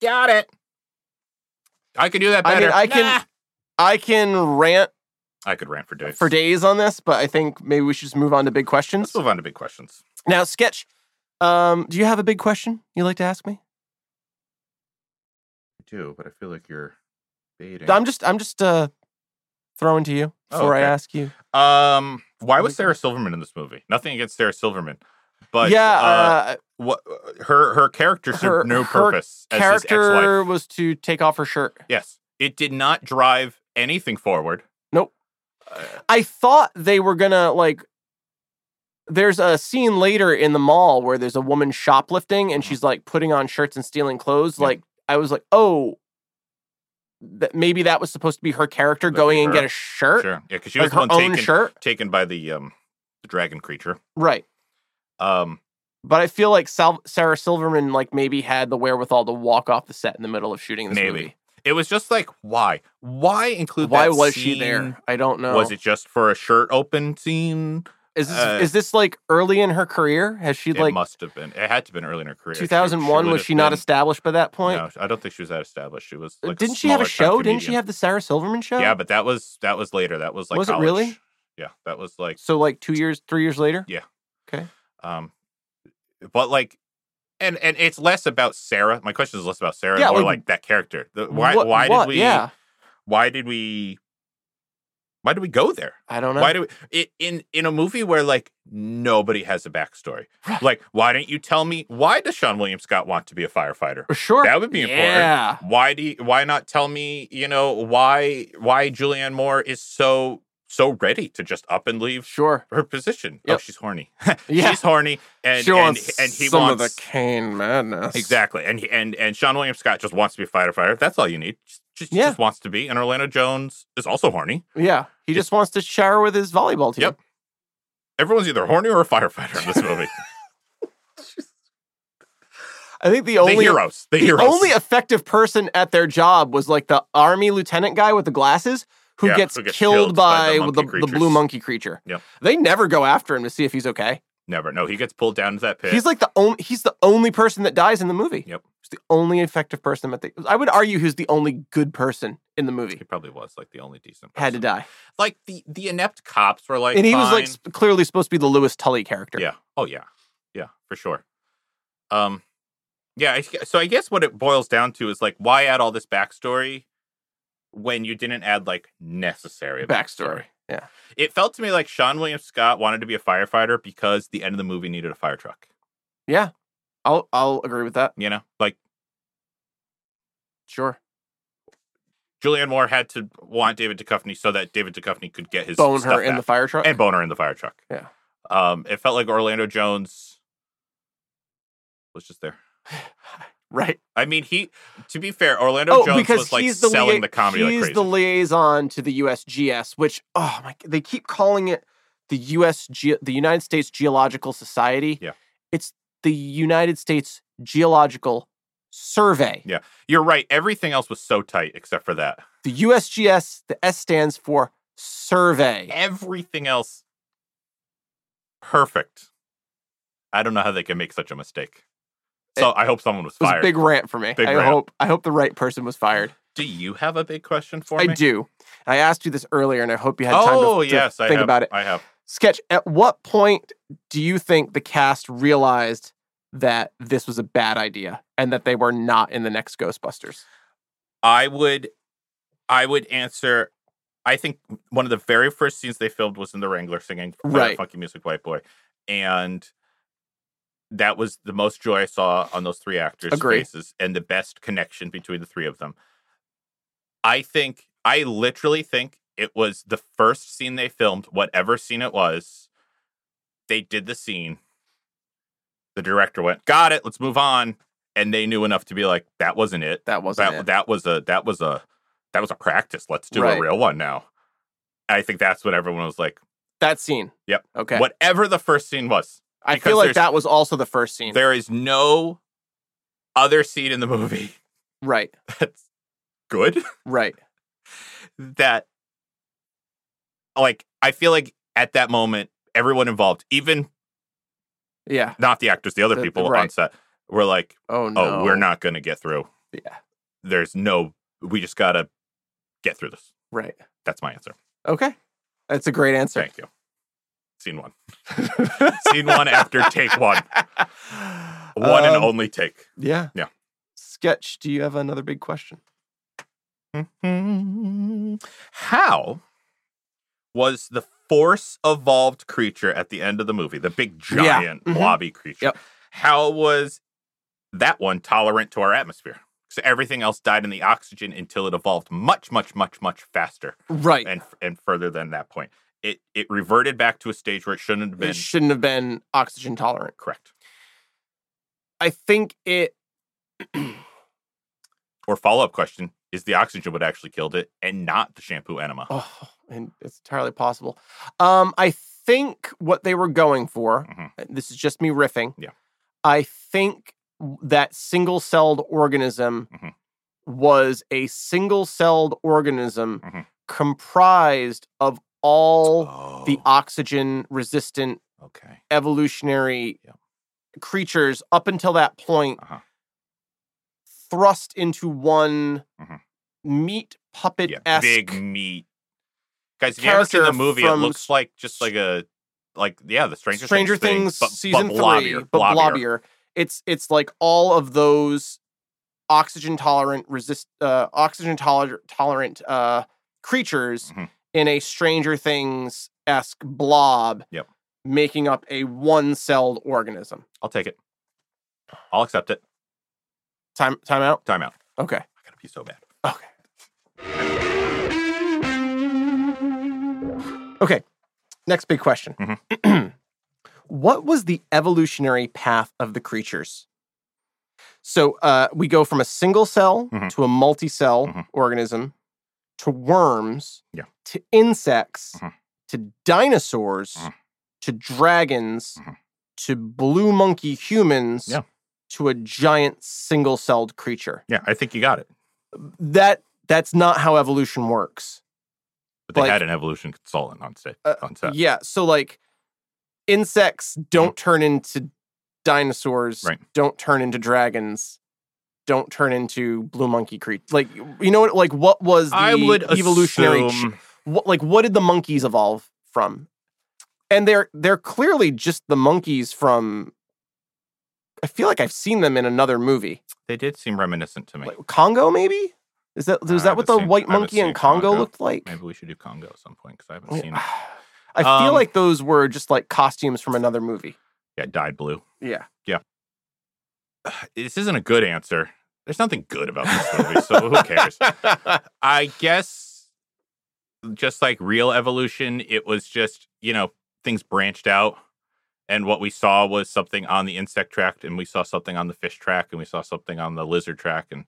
Got it. I could do that
I mean,
better.
I can- I can rant
I could rant for days.
for days on this, but I think maybe we should just move on to big questions.
Let's move on to big questions.
Now, sketch. Um, do you have a big question you like to ask me?
I do, but I feel like you're baiting.
I'm just, I'm just uh, throwing to you
Oh,
before
okay.
I ask you.
um, why
Let
was
me-
Sarah Silverman in this movie? Nothing against Sarah Silverman, but
yeah,
uh,
uh,
what her her character
Her-
served no
her
purpose as his
character
ex-wife.
was to take off her shirt.
Yes, it did not drive anything forward.
Nope.
Uh,
I thought they were gonna like. There's a scene later in the mall where there's a woman shoplifting and she's like putting on shirts and stealing clothes.
Uh-huh. Yeah.
Like I was like, oh, that maybe that was supposed to be her character
That'd be
going and
her.
get a shirt,
sure. Yeah, because she
like
was the
her
one
own
taken
shirt,
taken by the um the dragon creature.
right?
Um,
But I feel like Sal- Sarah Silverman like maybe had the wherewithal to walk off the set in the middle of shooting this
Maybe.
movie.
it was just like why why include
Why
that
was she
scene?
there? I don't know.
Was it just for a shirt open scene?
is this
uh,
is this like early in her career? Has she
It
like
must have been. It had to have been early in her career. She- she
2001?
would
was
have
she not
been-
established by that point?
No, I don't think she was that established. She was. Like
Didn't she have a
smaller-time
show? Didn't she
comedian.
have the Sarah Silverman show?
Yeah, but that was that was later. That was like
Was it
college.
really?
Yeah, that was like
so like two years, three years later.
Yeah. Um, but like, and and it's less about Sarah. My question is less about Sarah, and
Yeah,
more
like,
like that character. The, why
What-
why
what?
did we
Yeah,
why did we why did we go there?
I don't know.
Why do we it, in in a movie where like nobody has a backstory?
Right.
Like, why didn't you tell me why does Sean William Scott want to be a firefighter?
Uh, sure,
That would be important.
Yeah,
Why do you, why not tell me? You know why why Julianne Moore is so so ready to just up and leave
sure.
her position? Oh,
Yep.
she's horny.
Yeah,
She's horny, and
She
and,
wants
and he
some
wants
of the Kane madness.
exactly, and he, and and Sean William Scott just wants to be a firefighter. That's all you need. Just, just,
Yeah.
just wants to be. And Orlando Jones is also horny.
Yeah, he just wants to shower with his volleyball team.
Yep. Everyone's either horny or a firefighter in this movie.
I think the
the
only
heroes, the,
the
heroes.
only effective person at their job was like the army lieutenant guy with the glasses who,
Yeah,
gets,
who gets
killed
killed by
by,
the
the,
monkey
the blue
creatures.
monkey creature.
Yep.
They never go after him to see if he's okay.
Never. No, he gets pulled down to that pit.
He's like the only he's the only person that dies in the movie.
Yep.
He's the only effective person that they I would argue he's the only good person in the
he
movie.
probably was like the only decent. Person.
Had to die.
Like the the inept cops were like,
and he was like
fine.
sp- clearly supposed to be the Lewis Tully character.
Yeah. Oh yeah. Yeah, for sure. Um yeah, I, gu- so I guess what it boils down to is like why add all this backstory when you didn't add like necessary
Backstory. Yeah.
It felt to me like Sean William Scott wanted to be a firefighter because the end of the movie needed a fire truck,
Yeah. I'll I'll agree with that.
you know? Like
Sure.
Julianne Moore had to want David Duchovny so that David Duchovny could get his
Bone her
stuff
in the
back.
fire truck.
and bone her in the fire truck.
Yeah.
Um it felt like Orlando Jones was just there.
right.
I mean, he. To be fair,
Oh,
Orlando Jones was like selling
lia-
the comedy like
he's
crazy.
the liaison to the USGS, which oh my, they keep calling it the US Ge- the United States Geological Society.
Yeah.
it's the United States Geological survey.
You're right. Everything else was so tight except for that.
The USGS, the S stands for survey.
Everything else, perfect. I don't know how they can make such a mistake. So I hope someone was
It was a
fired.
big rant for me.
Big
I
rant.
hope I hope the right person was fired.
Do you have a big question for
I
me?
do. I asked you this earlier, and I hope you had time to-
Oh
to,
yes, I
think
have,
about it.
I have.
Sketch. At what point do you think the cast realized that this was a bad idea and that they were not in the next Ghostbusters?
I would, I would answer. I think one of the very first scenes they filmed was in the Wrangler singing uh,
Right.
"Funky Music White Boy," and that was the most joy I saw on those three actors'
Agree.
faces and the best connection between the three of them. I think I literally think it was the first scene they filmed, whatever scene it was. They did the scene. The director went, "Got it, let's move on," and they knew enough to be like, "That wasn't it."
That wasn't
that
it.
that was a that was a that was a practice. Let's do
Right.
a real one now. I think that's what everyone was like.
That scene.
Yep.
Okay.
Whatever the first scene was,
I
because
feel like
there's-
that was also the first scene.
there is no other scene in the movie
Right.
that's good.
Right.
That like I feel like at that moment, everyone involved, even
Yeah.
not the actors, the other
The-
people on
right.
set, were like,
Oh
"Oh,
no.
we're not going to get through.
Yeah.
There's no. We just got to get through this."
Right.
That's my answer.
Okay. That's a great answer.
Thank you. Scene one. Scene one after take one. One and
Um,
only take.
Yeah.
Yeah.
Sketch, do you have another big question?
hmm, How was the force evolved creature at the end of the movie, the big
Yeah.
giant
Mhm.
blobby creature?
Yep.
How was that one tolerant to our atmosphere? So everything else died in the oxygen until it evolved much, much, much, much faster
Right.
and and further than that point. It it reverted back to a stage where it shouldn't have been.
It shouldn't have been oxygen tolerant.
Correct.
I think it
Or follow up question is the oxygen what actually killed it and not the shampoo enema?
oh and it's entirely possible. Um, I think what they were going for,
Mhm.
and this is just me riffing.
Yeah.
I think that single celled organism
Mhm.
was a single celled organism
Mhm.
comprised of all
Oh,
the oxygen resistant
okay.
evolutionary
Yep.
creatures up until that point
Uh-huh.
thrust into one
Mhm.
meat puppet
Yeah,
esque.
big meat. Guys, if you ever seen the
character
movie, it
from
looks like just like a like yeah, the Stranger,
Stranger
Things,
Things,
thing, but-
season
but
three,
blobbier,
but
blobbier.
blobbier. It's it's like all of those oxygen tolerant resist uh, oxygen toler- tolerant uh, creatures
Mhm.
in a Stranger Things esque blob,
Yep.
making up a one celled organism.
I'll take it. I'll accept it.
Time time out.
Time out.
Okay.
I gotta be so bad.
Okay. Okay. Next big question.
Mm-hmm.
what was the evolutionary path of the creatures? So uh, we go from a single cell
Mhm.
to a multi cell
Mhm.
organism to worms
Yeah.
to insects
Mhm.
to dinosaurs
Mhm.
to dragons
Mhm.
to blue monkey humans
Yeah.
to a giant single celled creature
Yeah, I think you got it.
that that's not how evolution works.
But they
Like-
had an evolution consultant on set.
Uh,
on set. Mm-hmm.
Yeah, so like insects don't turn into dinosaurs,
Right.
don't turn into dragons, don't turn into blue monkey creatures. Like you know what like what was the
I would
evolutionary ch-
assume-
what, like what did the monkeys evolve from? And they're they're clearly just the monkeys from I feel like I've seen them in another movie.
they did seem reminiscent to me.
Like Congo maybe? Is that
I
was that
haven't
what the
seen-
white
I haven't
monkey in
seen
Congo,
Congo.
looked like?
Maybe we should do Congo at some point because I haven't seen it.
Oh, I feel
Um,
like those were just like costumes from another movie.
Yeah, it dyed blue.
Yeah.
This isn't a good answer. There's nothing good about this movie, so who cares? I guess just like real evolution, it was just, you know, things branched out. And what we saw was something on the insect track, and we saw something on the fish track, and we saw something on the lizard track. And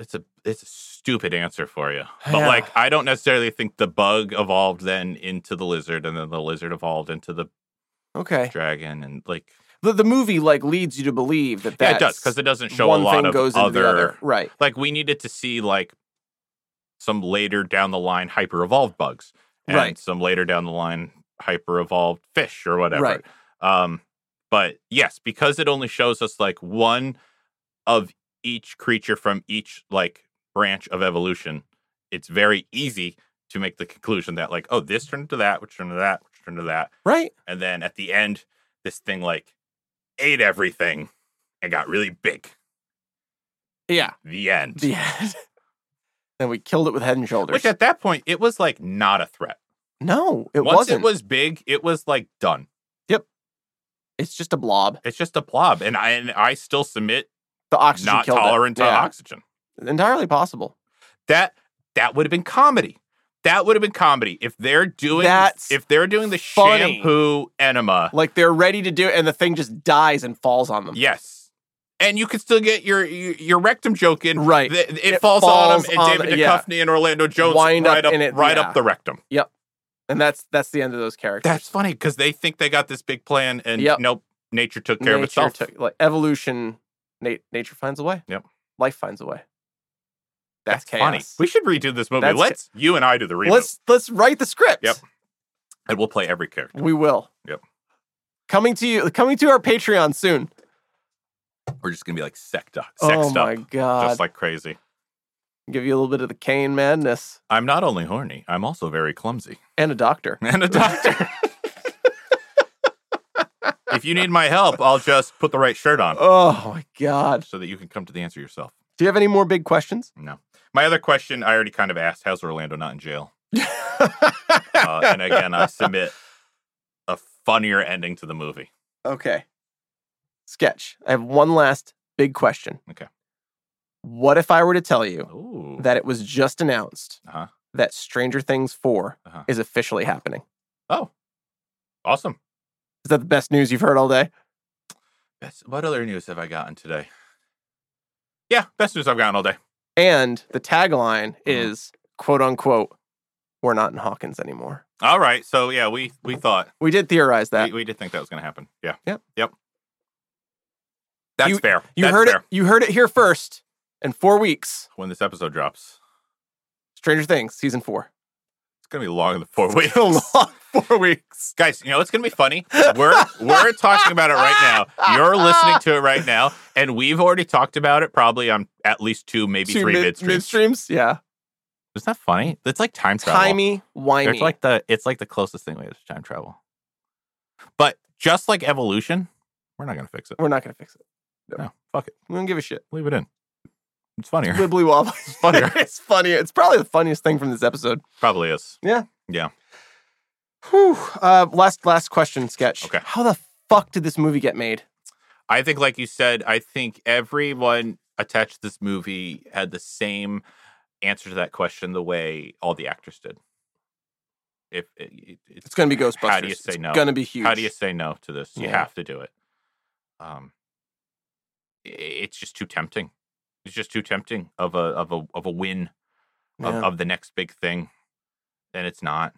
it's a it's a stupid answer for you. But
Yeah.
like I don't necessarily think the bug evolved then into the lizard, and then the lizard evolved into the
Okay.
dragon, and like
the, the movie like leads you to believe that
Yeah,
that's
it does because it doesn't show a
one
lot
thing
of
goes into the other. Right.
Like we needed to see like some later down the line hyper evolved bugs and
Right.
some later down the line hyper evolved fish or whatever.
Right.
Um, but yes, because it only shows us like one of each creature from each like branch of evolution, it's very easy to make the conclusion that like, oh, this turned to that, which turned to that, which turned to that,
Right.
and then at the end, this thing like ate everything and got really big.
Yeah.
The end.
The end. then we killed it with head and shoulders.
Which at that point it was like not a threat.
no, it
Once
wasn't.
it was big, it was like done.
it's just a blob.
It's just a blob, and I and I still submit
The oxygen
not
killed it.
tolerant to
Yeah.
oxygen.
Entirely possible.
That that would have been comedy. That would have been comedy if they're doing
That's
if they're doing the
funny.
shampoo enema.
Like they're ready to do it, and the thing just dies and falls on them.
Yes. And you could still get your your, your rectum joke in.
Right.
Th- It,
It
falls,
falls
on him,
on-
and David
yeah.
Duchovny and Orlando Jones
Wind
right
up
up,
in it,
right
yeah.
up the rectum.
And that's that's the end of those characters.
That's funny because they think they got this big plan, and
Yep.
nope, nature took care of
nature
itself.
took, like evolution. Nat- nature finds a way.
Yep.
Life finds a way. That's, chaos.
We should redo this movie.
That's
let's you and I do the reboot,
Let's let's write the script.
Yep. and we'll play every character.
We will.
Yep.
Coming to you, coming to our Patreon soon.
We're just gonna be like sect up,
oh
sexed
my
up,
god!
just like crazy.
Give you a little bit of the Kane madness
I'm not only horny, I'm also very clumsy
and a doctor.
and a doctor. if you need my help, I'll just put the right shirt on
Oh my god!
so that you can come to the answer yourself.
Do you have any more big questions?
No, my other question I already kind of asked: How's Orlando not in jail? Uh, and again, I submit a funnier ending to the movie.
Okay. Sketch. I have one last big question.
Okay.
What if I were to tell you
Ooh,
that it was just announced
Uh-huh.
that Stranger Things 4
Uh-huh.
is officially happening?
awesome.
Is that the best news you've heard all day?
Best, what other news have I gotten today? Yeah, best news I've gotten all day.
And the tagline
Mhm.
is quote unquote, we're not in Hawkins anymore.
All right, so yeah, we we thought
We did theorize that.
we, we did think that was going to happen. Yeah.
Yep.
Yep. That's fair.
you
That's
heard
fair.
it you heard it here first. In four weeks,
When this episode drops,
Stranger Things season four.
it's going to be long in the four weeks.
four weeks.
Guys, you know it's going to be funny. We're we're talking about it right now. You're listening to it right now, and we've already talked about it probably on at least two, maybe
Two
three
mid-
midstreams.
midstreams. Yeah.
Isn't that funny? It's like time travel.
Timey, wimey.
It's like the it's like the closest thing we have to time travel. But just like evolution, we're not going to fix it.
We're not gonna fix it.
No, fuck it.
We don't give a shit.
Leave it in. It's funnier.
Wibbly wobbly. It's
funnier.
it's funnier. It's probably the funniest thing from this episode.
Probably is.
Whew. Uh, last last question sketch.
Okay.
How the fuck did this movie get made?
I think, like you said, I think everyone attached to this movie had the same answer to that question the way all the actors did. If it, it-
It's gonna be Ghostbusters.
How do you say
it's
no?
Gonna be huge.
how do you say no to this? You
Yeah.
have to do it. Um, i- it's just too tempting. It's just too tempting of a of a of a win of,
Yeah,
of the next big thing, and it's not.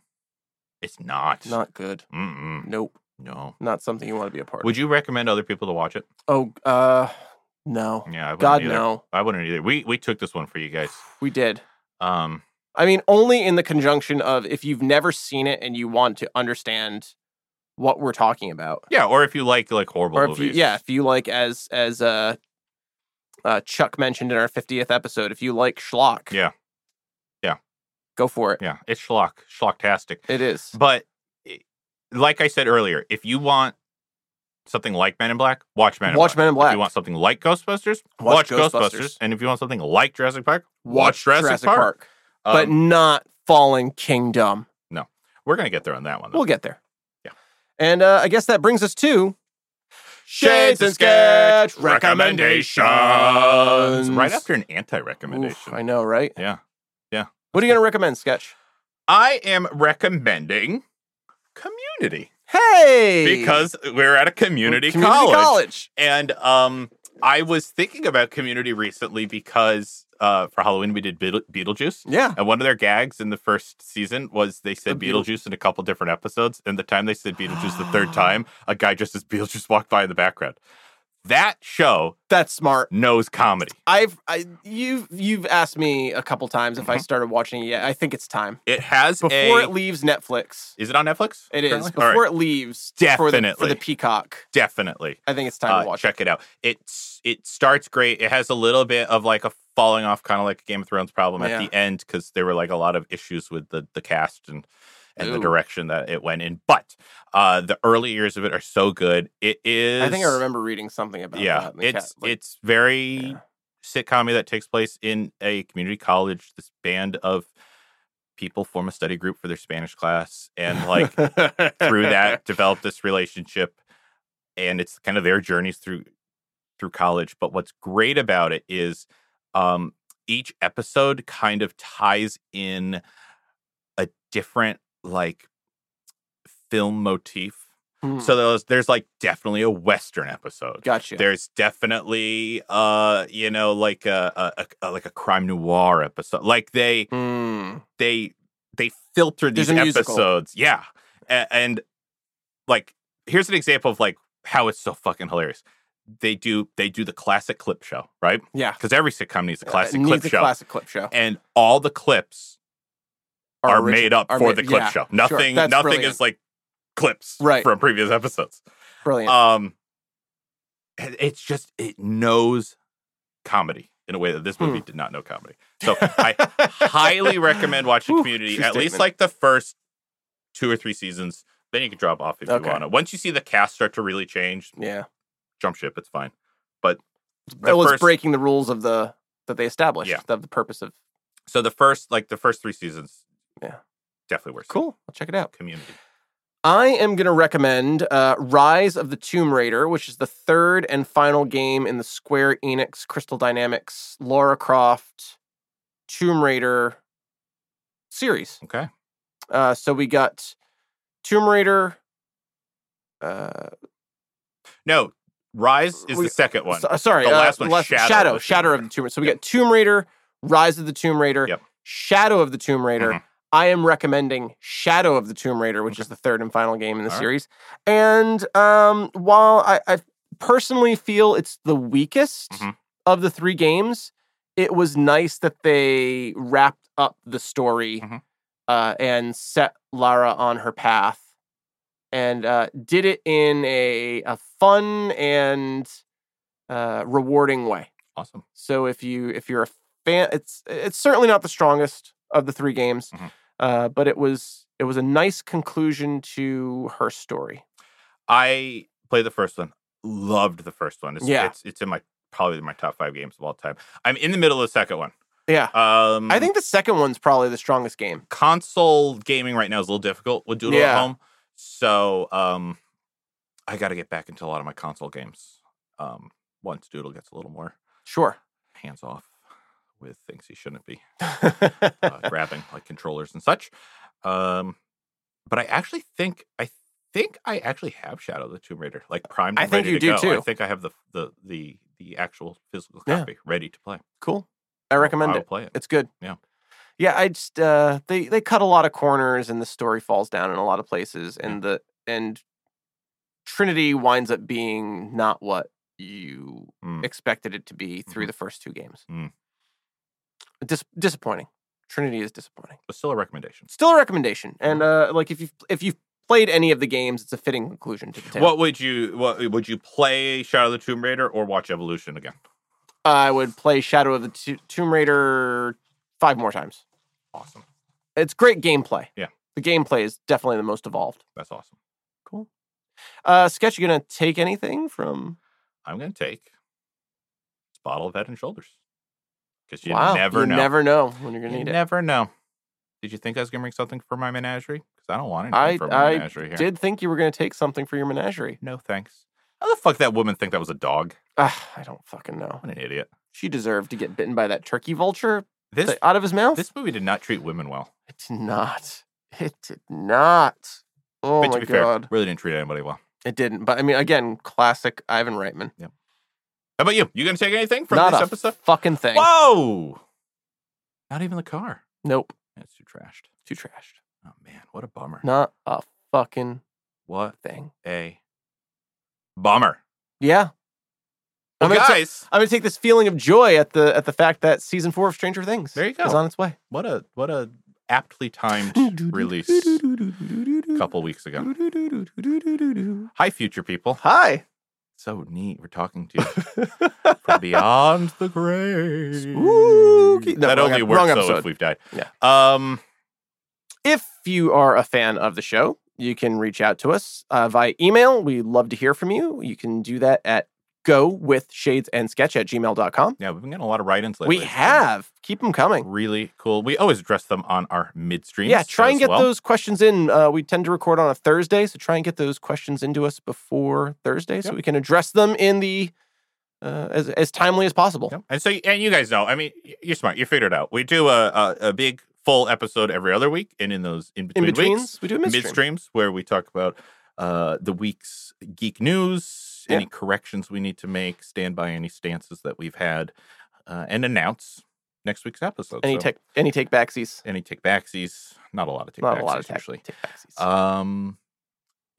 It's not.
not good.
Mm-mm.
Nope.
No.
Not something you want to be a part
Would you recommend other people to watch
of.
it?
Oh, uh, no.
Yeah, I wouldn't
God,
either.
no.
I wouldn't either. We we took this one for you guys.
We did.
Um,
I mean, only in the conjunction of if you've never seen it and you want to understand what we're talking about,
yeah, or if you like like horrible
or if
movies,
you, yeah, if you like, as as uh, uh, Chuck mentioned in our fiftieth episode, if you like schlock,
Yeah. Yeah.
go for it.
yeah, it's schlock, schlocktastic.
It is
But i- like I said earlier, if you want something like Men in Black, watch Men in
Watch
Black.
Men in
If
Black.
you want something like Ghostbusters,
Watch
watch,
Ghostbusters.
Ghostbusters. and if you want something like Jurassic Park, watch Jurassic Park.
but
um,
not Fallen Kingdom.
we're gonna get there on that one. Though.
We'll get there.
uh, Yeah.
and uh, I guess that brings us to
Shades and Sketch recommendations. Right after an
Oof,
anti-recommendation.
I know, right?
yeah.
What are you going to recommend, Sketch?
I am recommending Community
Hey,
because we're at a community,
Community
college. And um, I was thinking about community recently because uh, for Halloween we did Beetle- Beetlejuice.
Yeah.
And one of their gags in the first season was they said
The Beetle-
Beetlejuice in a couple different episodes. And the time they said Beetlejuice the third time, a guy dressed as Beetlejuice walked by in the background. That show
That's smart.
knows comedy.
I've I you've you've asked me a couple times if I started watching it yet. I think it's time.
Mm-hmm. It has
Before
a.
it leaves Netflix.
is it on Netflix?
It is.
currently?
Before
All right.
it leaves for the, for
Definitely.
the Peacock.
Definitely.
I think it's time
Uh,
to watch
check it out. It's it starts great. It has a little bit of like a falling off, kind of like a Game of Thrones problem at
Yeah.
the end because there were like a lot of issues with the the cast and and the
Ooh.
direction that it went in. But uh the early years of it are so good. It
it.
is.
I think I remember reading something about
Yeah,
that. in the
it's
cat- like-
it's very
Yeah.
sitcom that takes place in a community college. This band of people form a study group for their Spanish class, and like through that develop this relationship and it's kind of their journeys through through college but what's great about it is um each episode kind of ties in a different like film motif
Hmm.
so there's there's like definitely a western episode
gotcha.
there's definitely uh you know like a, a, a- like a crime noir episode like they
Hmm.
they they filter
There's
these
a musical.
episodes. Yeah. A- and like here's an example of like how it's so fucking hilarious. They do they do the classic clip show, right?
Yeah.
Because every sitcom needs a
Uh,
classic
needs
clip
a
show.
Classic clip show.
and all the clips are,
original-
made up
are
for
made-
the clip
yeah,
show.
sure.
Nothing
That's
nothing
brilliant.
is like clips
Right.
from previous episodes.
Brilliant.
Um and it's just it knows comedy in a way that this
Hmm.
movie did not know comedy. So I uh, highly recommend watching
Whew,
Community,
true
at least
statement.
like the first two or three seasons. Then you can drop off if
Okay.
you want to. Once you see the cast start to really change,
Yeah.
jump ship. It's fine. But the
Well, it's
first,
breaking the rules of the that they established
Yeah.
of the purpose of.
so the first like the first three seasons,
Yeah.
definitely worth. it.
Cool. I'll check it out.
Community.
I am going to recommend uh, Rise of the Tomb Raider, which is the third and final game in the Square Enix, Crystal Dynamics, Lara Croft, Tomb Raider series.
Okay.
Uh, so we got Tomb Raider. Uh,
No, Rise is
We-
the second one.
so- sorry,
The
uh,
last one, Shadow of
Shadow,
the Tomb
Shadow of
Raider.
the Tomb Raider. So we
Yep.
got Tomb Raider, Rise of the Tomb Raider,
Yep.
Shadow of the Tomb Raider.
Mhm.
I am recommending Shadow of the Tomb Raider, which
Okay.
is the third and final game in the
All right.
series. And um, while I, I personally feel it's the weakest
Mhm.
of the three games, it was nice that they wrapped up the story
Mhm.
uh, and set Lara on her path and uh, did it in a, a fun and uh, rewarding way.
awesome.
So if you if you're a fan, it's it's certainly not the strongest of the three games,
Mhm.
uh, but it was it was a nice conclusion to her story.
I played the first one. Loved the first one. It's,
Yeah.
it's it's in my probably my top five games of all time. I'm in the middle of the second one.
Yeah,
Um,
I think the second one's probably the strongest game.
console gaming right now is a little difficult with Doodle
Yeah.
at home. So um I gotta get back into a lot of my console games. Um once Doodle gets a little more
Sure.
hands off with things he shouldn't be uh, grabbing, like controllers and such. Um but I actually think I think I actually have Shadow of the Tomb Raider, like primed.
I
and
think
ready
you
to
do
go. I
too.
think I have the the the the actual physical
Yeah.
copy ready to play.
cool. I
I'll-
recommend
I'll
it.
Play it.
It's good.
Yeah.
Yeah, I just uh they they cut a lot of corners and the story falls down in a lot of places and the and Trinity winds up being not what you
Mm.
expected it to be through
Mm-hmm.
the first two games.
Mm.
Dis- disappointing. Trinity is disappointing.
But still a recommendation.
Still a recommendation. And
Mm-hmm.
uh like if you if you've played any of the games, it's a fitting conclusion to the tale.
What would you what would you play Shadow of the Tomb Raider or watch Evolution again?
I would play Shadow of the To Tomb Raider five more times.
Awesome.
It's great gameplay.
Yeah.
The gameplay is definitely the most evolved.
That's awesome.
Cool. Uh, Sketch, you gonna take anything from?
I'm gonna take this bottle of head and shoulders. Because you
wow,
never
you
know.
never know when you're gonna
you
need
never know. Did you think I was gonna bring something for my menagerie? Because I don't want anything
I-
for my
I
menagerie
it.
here.
Did think you were gonna take something for your menagerie?
No thanks. How the fuck that woman think that was a dog?
Ugh, Ah, I don't fucking know.
What an idiot.
She deserved to get bitten by that turkey vulture
This
th- out of his mouth.
this movie did not treat women well.
It did not. It did not. Oh
but
my
to be fair,
god,
really didn't treat anybody well.
it didn't. But I mean, again, classic Ivan Reitman.
How about you? You gonna take anything from
not
this
a
episode?
fucking thing.
Whoa! Not even the car.
Nope.
It's too trashed.
Too trashed.
Oh man, what a bummer.
Not a fucking
What
thing.
a bummer.
Yeah.
Well,
I'm gonna ta-
guys,
I'm gonna take this feeling of joy at the at the fact that season four of Stranger Things
There you go.
is on its way.
what a what a aptly timed release a couple weeks ago. Hi, future people.
Hi.
So neat. We're talking to you from beyond the grave.
Spooky. No,
that
wrong
only
ep-
works
wrong
though if
episode.
we've died.
Yeah.
Um.
If you are a fan of the show, you can reach out to us uh, via email. We'd love to hear from you. You can do that at go with shades and sketch at gmail.com.
Yeah, we've been getting a lot of write-ins lately.
We
It's been
have. Keep them coming.
really cool. We always address them on our midstream.
Yeah, try and
as
get
well.
those questions in. Uh, we tend to record on a Thursday, so try and get those questions into us before Thursday so
Yep.
we can address them in the uh, as, as timely as possible.
Yep. And so, and you guys know, I mean, y- you're smart. You figured it out. We do a, a, a big full episode every other week, and in those in
In
between weeks,
betweens, we do a midstream.
midstreams, where we talk about uh, the week's geek news,
Yeah.
any corrections we need to make, stand by any stances that we've had, uh, and announce next week's episode.
Any
So,
take any take backsies.
any take backsies? Not a lot of take
Not
backsies,
a lot of tack-
actually.
take backsies.
Um,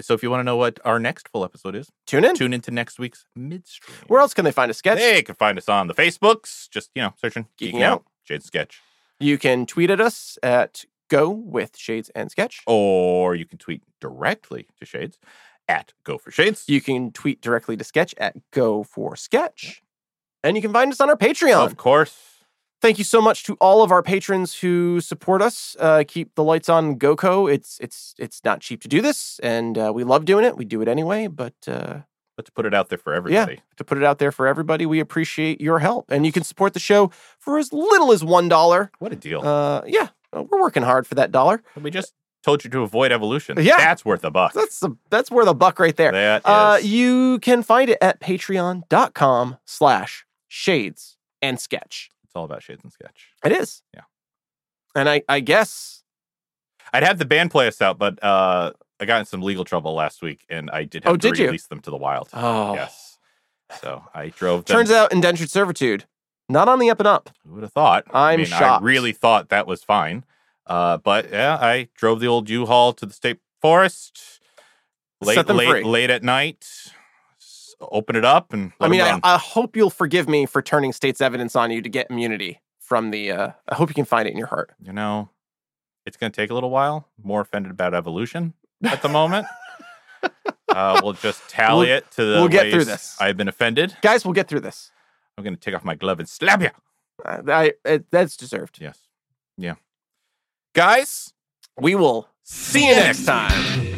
so if you want to know what our next full episode is,
Tune in.
tune into next week's midstream.
Where else can they find a sketch?
They can find us on the Facebooks. Just you know, searching
Geeking
Geeking,
Out.
out. Jade Sketch,
You can tweet at us at go with shades and sketch.
Oh. or you can tweet directly to Shades at Go for Shades.
You can tweet directly to sketch at go for sketch. And you can find us on our Patreon.
of course.
Thank you so much to all of our patrons who support us. Uh, keep the lights on GoCo. It's it's it's not cheap to do this, and uh, we love doing it. We do it anyway, but uh,
Let's put it out there for everybody.
to put it out there for everybody, we appreciate your help. And you can support the show for as little as one dollar.
What a deal!
Uh, yeah, uh, we're working hard for that dollar.
we just told you to avoid evolution.
Yeah.
that's worth a buck.
That's the that's worth a buck right there.
That
Uh,
is-
you can find it at patreon.com slash shades and sketch.
it's all about Shades and Sketch.
It is.
Yeah.
And I, I guess
I'd have the band play us out, but uh, I got in some legal trouble last week, and I did have
Oh,
to
did you?
release them to the wild.
oh
Yes, so I drove. Them.
turns out indentured servitude. Not on the up and up.
Who would have thought? I
I'm
mean,
shocked.
I really thought that was fine. Uh, but yeah, I drove the old U-Haul to the state forest late,
Set them
late,
free.
late at night. S- Open it up and let
I mean,
them
I,
run.
I hope you'll forgive me for turning state's evidence on you to get immunity from the. Uh, I hope you can find it in your heart.
you know, it's going to take a little while. More offended about evolution at the moment. uh, we'll just tally
We'll-
it to the
we'll get through
ways
this.
I've been offended.
Guys, we'll get through this.
I'm going to take off my glove and slap you.
Uh, I, it, that's deserved.
Yes. Yeah. Guys,
We will
see you next time.
time.